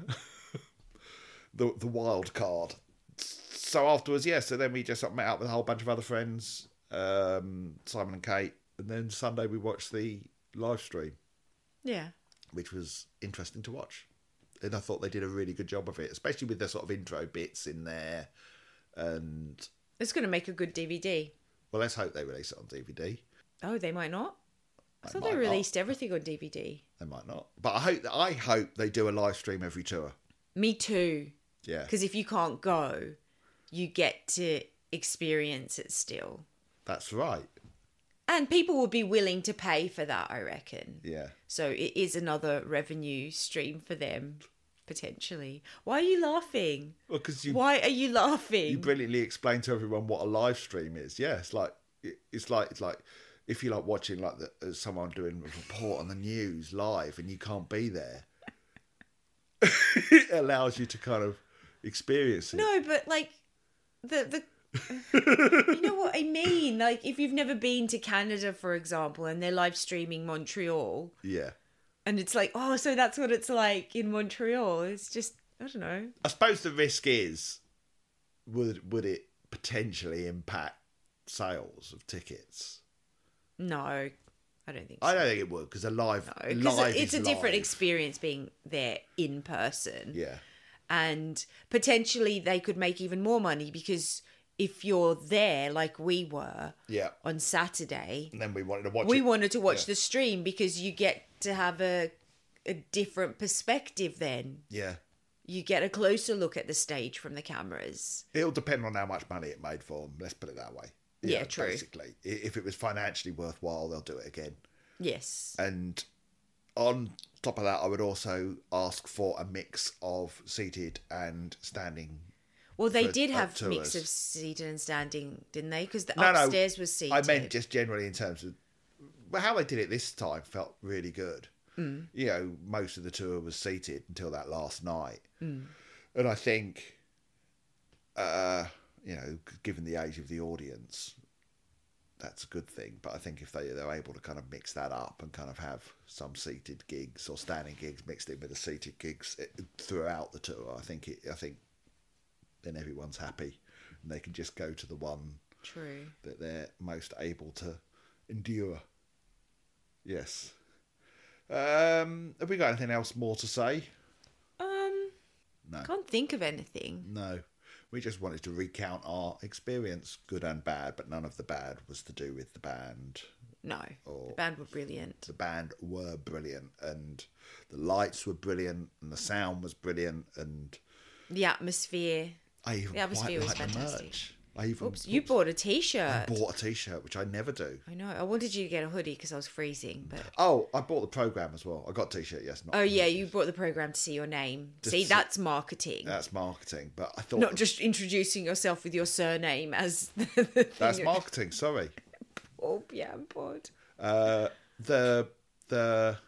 [SPEAKER 2] [LAUGHS] the the wild card. So afterwards, yeah. So then we just like, met up with a whole bunch of other friends, um, Simon and Kate, and then Sunday we watched the live stream,
[SPEAKER 1] Yeah.
[SPEAKER 2] which was interesting to watch. And I thought they did a really good job of it, especially with their sort of intro bits in there. And
[SPEAKER 1] It's going to make a good DVD.
[SPEAKER 2] well, let's hope they release it on DVD.
[SPEAKER 1] Oh, they might not. I
[SPEAKER 2] They
[SPEAKER 1] thought they
[SPEAKER 2] might not.
[SPEAKER 1] released everything on DVD.
[SPEAKER 2] They might not, but I hope that I hope they do a live stream every tour.
[SPEAKER 1] Me too.
[SPEAKER 2] Yeah,
[SPEAKER 1] Because if you can't go, you get to experience it still.
[SPEAKER 2] that's right.
[SPEAKER 1] And people will be willing to pay for that, I reckon.
[SPEAKER 2] Yeah,
[SPEAKER 1] So it is another revenue stream for them, potentially. Why are you laughing?
[SPEAKER 2] well, because you
[SPEAKER 1] Why are you laughing?
[SPEAKER 2] you brilliantly explained to everyone what a live stream is. Yeah, it's like it- it's like it's like if you like watching like the, uh, someone doing a report on the news live and you can't be there, [LAUGHS] it allows you to kind of experience it.
[SPEAKER 1] No, but like the the you
[SPEAKER 2] [LAUGHS]
[SPEAKER 1] know what I mean. Like if you've never been to Canada, for example, and they're live streaming Montreal,
[SPEAKER 2] Yeah,
[SPEAKER 1] and it's like, oh, so that's what it's like in Montreal. It's just I don't know.
[SPEAKER 2] I suppose the risk is would would it potentially impact sales of tickets?
[SPEAKER 1] No, I don't think. so.
[SPEAKER 2] I don't think it would because a live,
[SPEAKER 1] Because
[SPEAKER 2] live
[SPEAKER 1] it's
[SPEAKER 2] is
[SPEAKER 1] a different
[SPEAKER 2] live.
[SPEAKER 1] experience being there in person.
[SPEAKER 2] Yeah,
[SPEAKER 1] and potentially they could make even more money because if you're there like we were
[SPEAKER 2] yeah.
[SPEAKER 1] on Saturday,
[SPEAKER 2] And then we wanted to watch.
[SPEAKER 1] we
[SPEAKER 2] it.
[SPEAKER 1] wanted to watch
[SPEAKER 2] yeah.
[SPEAKER 1] the stream because you get to have a a different perspective then.
[SPEAKER 2] Yeah,
[SPEAKER 1] You get a closer look at the stage from the cameras.
[SPEAKER 2] it'll depend on how much money it made for them. Let's put it that way.
[SPEAKER 1] Yeah, true.
[SPEAKER 2] Basically, I- if it was financially worthwhile, they'll do it again.
[SPEAKER 1] Yes.
[SPEAKER 2] And on top of that, I would also ask for a mix of seated and standing.
[SPEAKER 1] Well, they
[SPEAKER 2] for-
[SPEAKER 1] did
[SPEAKER 2] up
[SPEAKER 1] have
[SPEAKER 2] to
[SPEAKER 1] mix
[SPEAKER 2] us.
[SPEAKER 1] of seated and standing, didn't they? Because the
[SPEAKER 2] No, no,
[SPEAKER 1] upstairs was seated.
[SPEAKER 2] I meant just generally in terms of well, how they did it this time felt really good. Mm. You know, most of the tour was seated until that last night, and I think, uh, you know, g- given the age of the audience, that's a good thing. But I think if they they're able to kind of mix that up and kind of have some seated gigs or standing gigs mixed in with the seated gigs eh, throughout the tour, I think it, I think then everyone's happy and they can just go to the one
[SPEAKER 1] True.
[SPEAKER 2] that they're most able to endure. Yes. Um, have we got anything else more to say?
[SPEAKER 1] Um,
[SPEAKER 2] No.
[SPEAKER 1] can't think of anything.
[SPEAKER 2] No. We just wanted to recount our experience, good and bad, but none of the bad was to do with the band.
[SPEAKER 1] No.
[SPEAKER 2] Or-
[SPEAKER 1] The band were brilliant.
[SPEAKER 2] The band were brilliant, and the lights were brilliant, and the sound was brilliant, and
[SPEAKER 1] The atmosphere.
[SPEAKER 2] I even
[SPEAKER 1] The atmosphere
[SPEAKER 2] quite
[SPEAKER 1] was
[SPEAKER 2] like the
[SPEAKER 1] fantastic.
[SPEAKER 2] merch. I even
[SPEAKER 1] Oops, you bought a t-shirt.
[SPEAKER 2] bought a T-shirt, which I never do.
[SPEAKER 1] I know. I wanted you to get a hoodie because I was freezing, but
[SPEAKER 2] Oh, I bought the program as well. I got a T-shirt. Yes. Not
[SPEAKER 1] oh yeah, you brought the program to see your name. see,
[SPEAKER 2] see-
[SPEAKER 1] that's marketing.
[SPEAKER 2] That's marketing, but I thought
[SPEAKER 1] Not just introducing yourself with your surname as [LAUGHS] the, the thing.
[SPEAKER 2] That's
[SPEAKER 1] you're-
[SPEAKER 2] marketing. Sorry.
[SPEAKER 1] Oh yeah, I'm bored.
[SPEAKER 2] Uh, the the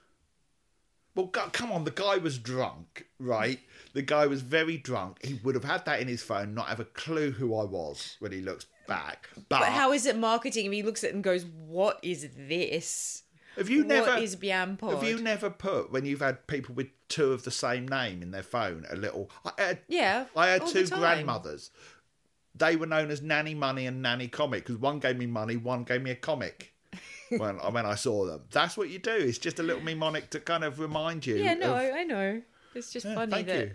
[SPEAKER 2] well, go- come on. The guy was drunk, right? The guy was very drunk. He would have had that in his phone, not have a clue who I was when he looks back. But,
[SPEAKER 1] But how is it marketing? if he looks at it and goes, "What is this?
[SPEAKER 2] have you
[SPEAKER 1] What
[SPEAKER 2] never
[SPEAKER 1] is Bian Pod?"
[SPEAKER 2] have you never put when you've had people with two of the same name in their phone a little? I uh, had,
[SPEAKER 1] yeah,
[SPEAKER 2] I had
[SPEAKER 1] all the
[SPEAKER 2] two
[SPEAKER 1] time.
[SPEAKER 2] grandmothers. They were known as Nanny Money and Nanny Comic because one gave me money, one gave me a
[SPEAKER 1] [LAUGHS]
[SPEAKER 2] comic. when when I saw them, that's what you do. It's just a little mnemonic to kind of remind you.
[SPEAKER 1] Yeah, no,
[SPEAKER 2] of-
[SPEAKER 1] I, I know. It's just
[SPEAKER 2] Yeah,
[SPEAKER 1] funny
[SPEAKER 2] thank
[SPEAKER 1] that,
[SPEAKER 2] you.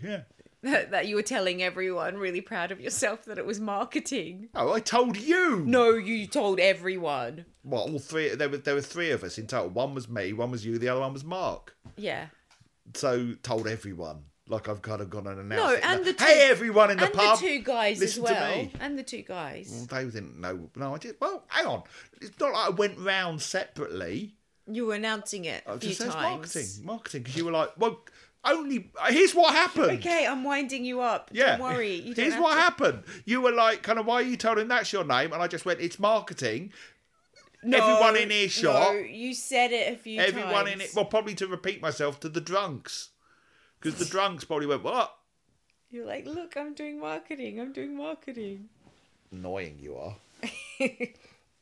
[SPEAKER 2] Yeah.
[SPEAKER 1] [LAUGHS] that you were telling everyone, really proud of yourself, that it was marketing.
[SPEAKER 2] Oh, I told you.
[SPEAKER 1] No, you told everyone.
[SPEAKER 2] Well, all three. There were there were three of us in total. One was me. One was you. The other one was Mark.
[SPEAKER 1] Yeah.
[SPEAKER 2] So told everyone. Like I've kind of gone and announced.
[SPEAKER 1] No,
[SPEAKER 2] it.
[SPEAKER 1] and the two-
[SPEAKER 2] hey everyone in the
[SPEAKER 1] and
[SPEAKER 2] pub.
[SPEAKER 1] the two guys
[SPEAKER 2] Listen to
[SPEAKER 1] as well.
[SPEAKER 2] me. Mm.
[SPEAKER 1] And the two guys.
[SPEAKER 2] They didn't know. No, I did. Well, hang on. It's not like I went round separately.
[SPEAKER 1] You were announcing it a
[SPEAKER 2] It
[SPEAKER 1] few
[SPEAKER 2] just says
[SPEAKER 1] times.
[SPEAKER 2] marketing, marketing. Because you were like, well, Only here's what happened.
[SPEAKER 1] Okay, I'm winding you up.
[SPEAKER 2] Yeah.
[SPEAKER 1] Don't worry. You don't
[SPEAKER 2] Here's
[SPEAKER 1] have
[SPEAKER 2] what
[SPEAKER 1] to-
[SPEAKER 2] happened. You were like, kind of, why are you telling that's your name? And I just went, it's marketing.
[SPEAKER 1] No,
[SPEAKER 2] everyone in earshot.
[SPEAKER 1] No, you said it a few times.
[SPEAKER 2] Everyone in it. Well, probably to repeat myself to the drunks, because the drunks probably went, what?
[SPEAKER 1] You're like, look, I'm doing marketing. I'm doing marketing.
[SPEAKER 2] Annoying you
[SPEAKER 1] [LAUGHS]
[SPEAKER 2] are.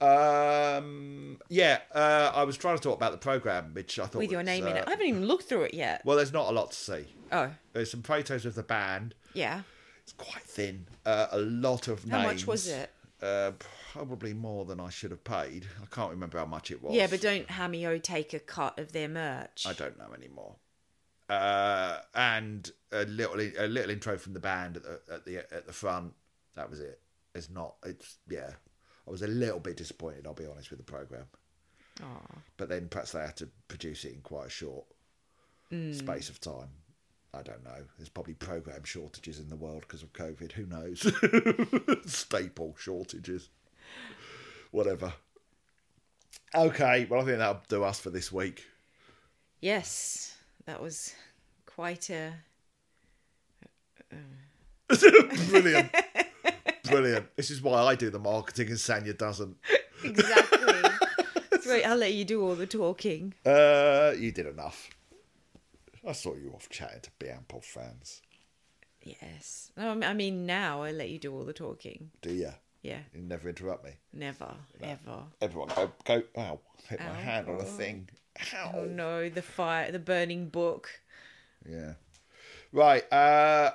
[SPEAKER 2] Um, yeah, uh, I was trying to talk about the program, which I thought
[SPEAKER 1] With your
[SPEAKER 2] was,
[SPEAKER 1] name in
[SPEAKER 2] uh,
[SPEAKER 1] it. I haven't even looked through it yet.
[SPEAKER 2] Well, there's not a lot to see.
[SPEAKER 1] Oh,
[SPEAKER 2] There's some photos of the band.
[SPEAKER 1] yeah.
[SPEAKER 2] It's quite thin. Uh, a lot of names.
[SPEAKER 1] How much was it?
[SPEAKER 2] Uh, probably more than I should have paid. I can't remember how much it was.
[SPEAKER 1] Yeah, but don't Hamio take a cut of their merch?
[SPEAKER 2] I don't know anymore. Uh, and a little a little intro from the band at the at the, at the front. That was it. It's not. It's yeah. I was a little bit disappointed. I'll be honest with the program.
[SPEAKER 1] Aw.
[SPEAKER 2] But then perhaps they had to produce it in quite a short space of time. I don't know. There's probably program shortages in the world because of COVID. Who knows? [LAUGHS] Staple shortages. Whatever. Okay. Well, I think that'll do us for this week.
[SPEAKER 1] Yes, that was quite a. [LAUGHS]
[SPEAKER 2] Brilliant. Brilliant. This is why I do the marketing and Sanya doesn't. [LAUGHS]
[SPEAKER 1] Exactly. Wait, I'll let you do all the talking.
[SPEAKER 2] Uh, you did enough. I saw you off chatting to Bianpol fans.
[SPEAKER 1] Yes. No, I mean- I mean, now I let you do all the talking.
[SPEAKER 2] Do you?
[SPEAKER 1] Yeah,
[SPEAKER 2] You never interrupt me.
[SPEAKER 1] never, ever.
[SPEAKER 2] Everyone go, go, ow, hit my
[SPEAKER 1] Ow.
[SPEAKER 2] hand on a thing. Ow.
[SPEAKER 1] Oh no, the fire, the burning book.
[SPEAKER 2] Yeah. Right. Uh,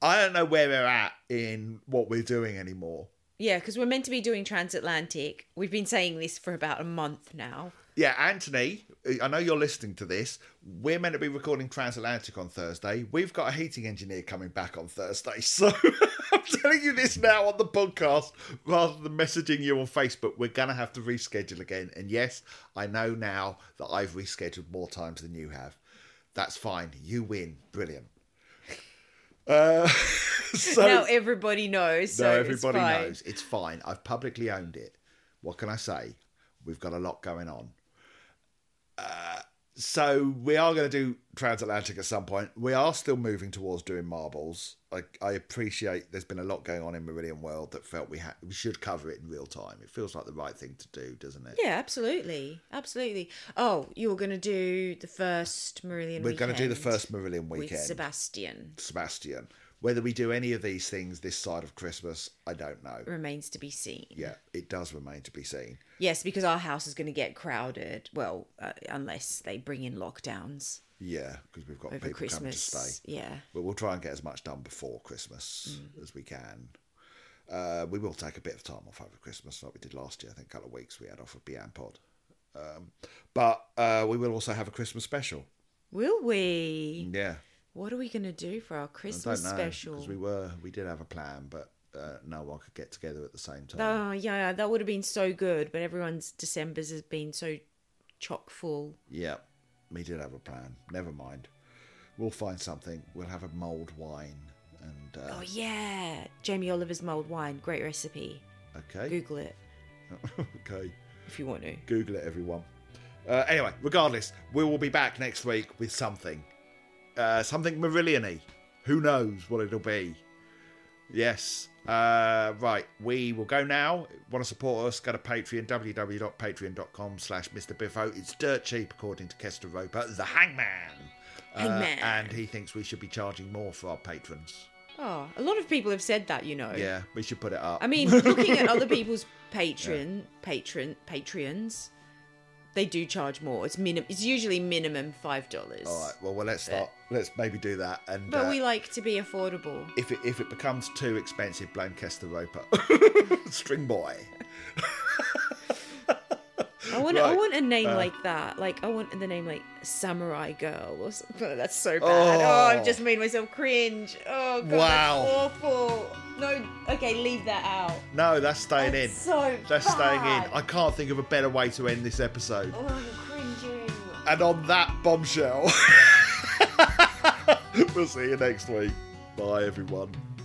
[SPEAKER 2] I don't know where we're at in what we're doing anymore.
[SPEAKER 1] Yeah, because we're meant to be doing transatlantic. We've been saying this for about a month now.
[SPEAKER 2] Yeah, Anthony, I know you're listening to this. We're meant to be recording Transatlantic on Thursday. We've got a heating engineer coming back on Thursday. [LAUGHS] So I'm telling you this now on the podcast rather than messaging you on Facebook. We're going to have to reschedule again. And yes, I know now that I've rescheduled more times than you have. That's fine. You win. Brilliant. Uh, [LAUGHS] so
[SPEAKER 1] now everybody knows. So
[SPEAKER 2] no, everybody
[SPEAKER 1] everybody it's fine.
[SPEAKER 2] knows it's fine. I've publicly owned it. What can I say? We've got a lot going on. Uh, so we are going to do transatlantic at some point. We are still moving towards doing marbles. I, I appreciate there's been a lot going on in Meridian World that felt we ha- we should cover it in real time. It feels like the right thing to do, doesn't it?
[SPEAKER 1] Yeah, absolutely, absolutely. Oh, you were going to do the first Meridian.
[SPEAKER 2] We're going to do the
[SPEAKER 1] weekend
[SPEAKER 2] first Meridian
[SPEAKER 1] with
[SPEAKER 2] weekend.
[SPEAKER 1] Sebastian.
[SPEAKER 2] Sebastian. Whether we do any of these things this side of Christmas, I don't know.
[SPEAKER 1] Remains to be seen.
[SPEAKER 2] Yeah, it does remain to be seen.
[SPEAKER 1] Yes, because our house is going to get crowded. Well, uh, unless they bring in lockdowns
[SPEAKER 2] Yeah, because we've got
[SPEAKER 1] over
[SPEAKER 2] people coming to
[SPEAKER 1] Christmas. Mm.
[SPEAKER 2] stay.
[SPEAKER 1] Yeah.
[SPEAKER 2] But we'll try and get as much done before Christmas as we can. Uh, we will take a bit of time off over Christmas, like we did last year. I think a couple of weeks we had off of Beyond Pod. Um, but uh, we will also have a Christmas special.
[SPEAKER 1] Will we?
[SPEAKER 2] Yeah,
[SPEAKER 1] What are we going to do for our
[SPEAKER 2] I don't
[SPEAKER 1] Christmas
[SPEAKER 2] know
[SPEAKER 1] special?
[SPEAKER 2] because we were we did have a plan, but uh, no one could get together at the same time.
[SPEAKER 1] Oh yeah, that would have been so good, but everyone's December's has been so chock full.
[SPEAKER 2] Yeah, we did have a plan. Never mind. We'll find something. We'll have a mulled wine and uh,
[SPEAKER 1] Oh yeah, Jamie Oliver's mulled wine, great recipe.
[SPEAKER 2] okay,
[SPEAKER 1] Google it
[SPEAKER 2] [LAUGHS] okay.
[SPEAKER 1] if you want to.
[SPEAKER 2] Google it, everyone. Uh, anyway, regardless, we will be back next week with something. Uh, something Marillion Who knows what it'll be? Yes. Uh, right, we will go now. Want to support us? Go to Patreon, www.patreon.com slash Mr. Biffo. It's dirt cheap, according to Kester Roper, the hangman. Uh,
[SPEAKER 1] Hangman.
[SPEAKER 2] and he thinks we should be charging more for our patrons.
[SPEAKER 1] Oh, a lot of people have said that, you know.
[SPEAKER 2] Yeah, we should put it up.
[SPEAKER 1] Oh, I mean, looking at other people's patron, patron, patrons, they do charge more. It's minimum. It's usually minimum five dollars.
[SPEAKER 2] All right, well, well, let's start. Let's maybe do that. And
[SPEAKER 1] But
[SPEAKER 2] uh,
[SPEAKER 1] we like to be affordable.
[SPEAKER 2] if it if it becomes too expensive, blame Kester Roper, string boy.
[SPEAKER 1] I want. I
[SPEAKER 2] Right. Uh.
[SPEAKER 1] want a name like that. Like I want the name like Samurai Girl or something. [LAUGHS] That's so bad.
[SPEAKER 2] Oh.
[SPEAKER 1] Oh, I've just made myself cringe. Oh god,
[SPEAKER 2] Wow.
[SPEAKER 1] that's awful. No, okay, leave that out.
[SPEAKER 2] No, that's staying
[SPEAKER 1] That's
[SPEAKER 2] in.
[SPEAKER 1] so
[SPEAKER 2] that's staying
[SPEAKER 1] bad.
[SPEAKER 2] in. I can't think of a better way to end this episode.
[SPEAKER 1] Oh, I'm cringing.
[SPEAKER 2] And on that [LAUGHS] bombshell, we'll see you next week. Bye, everyone.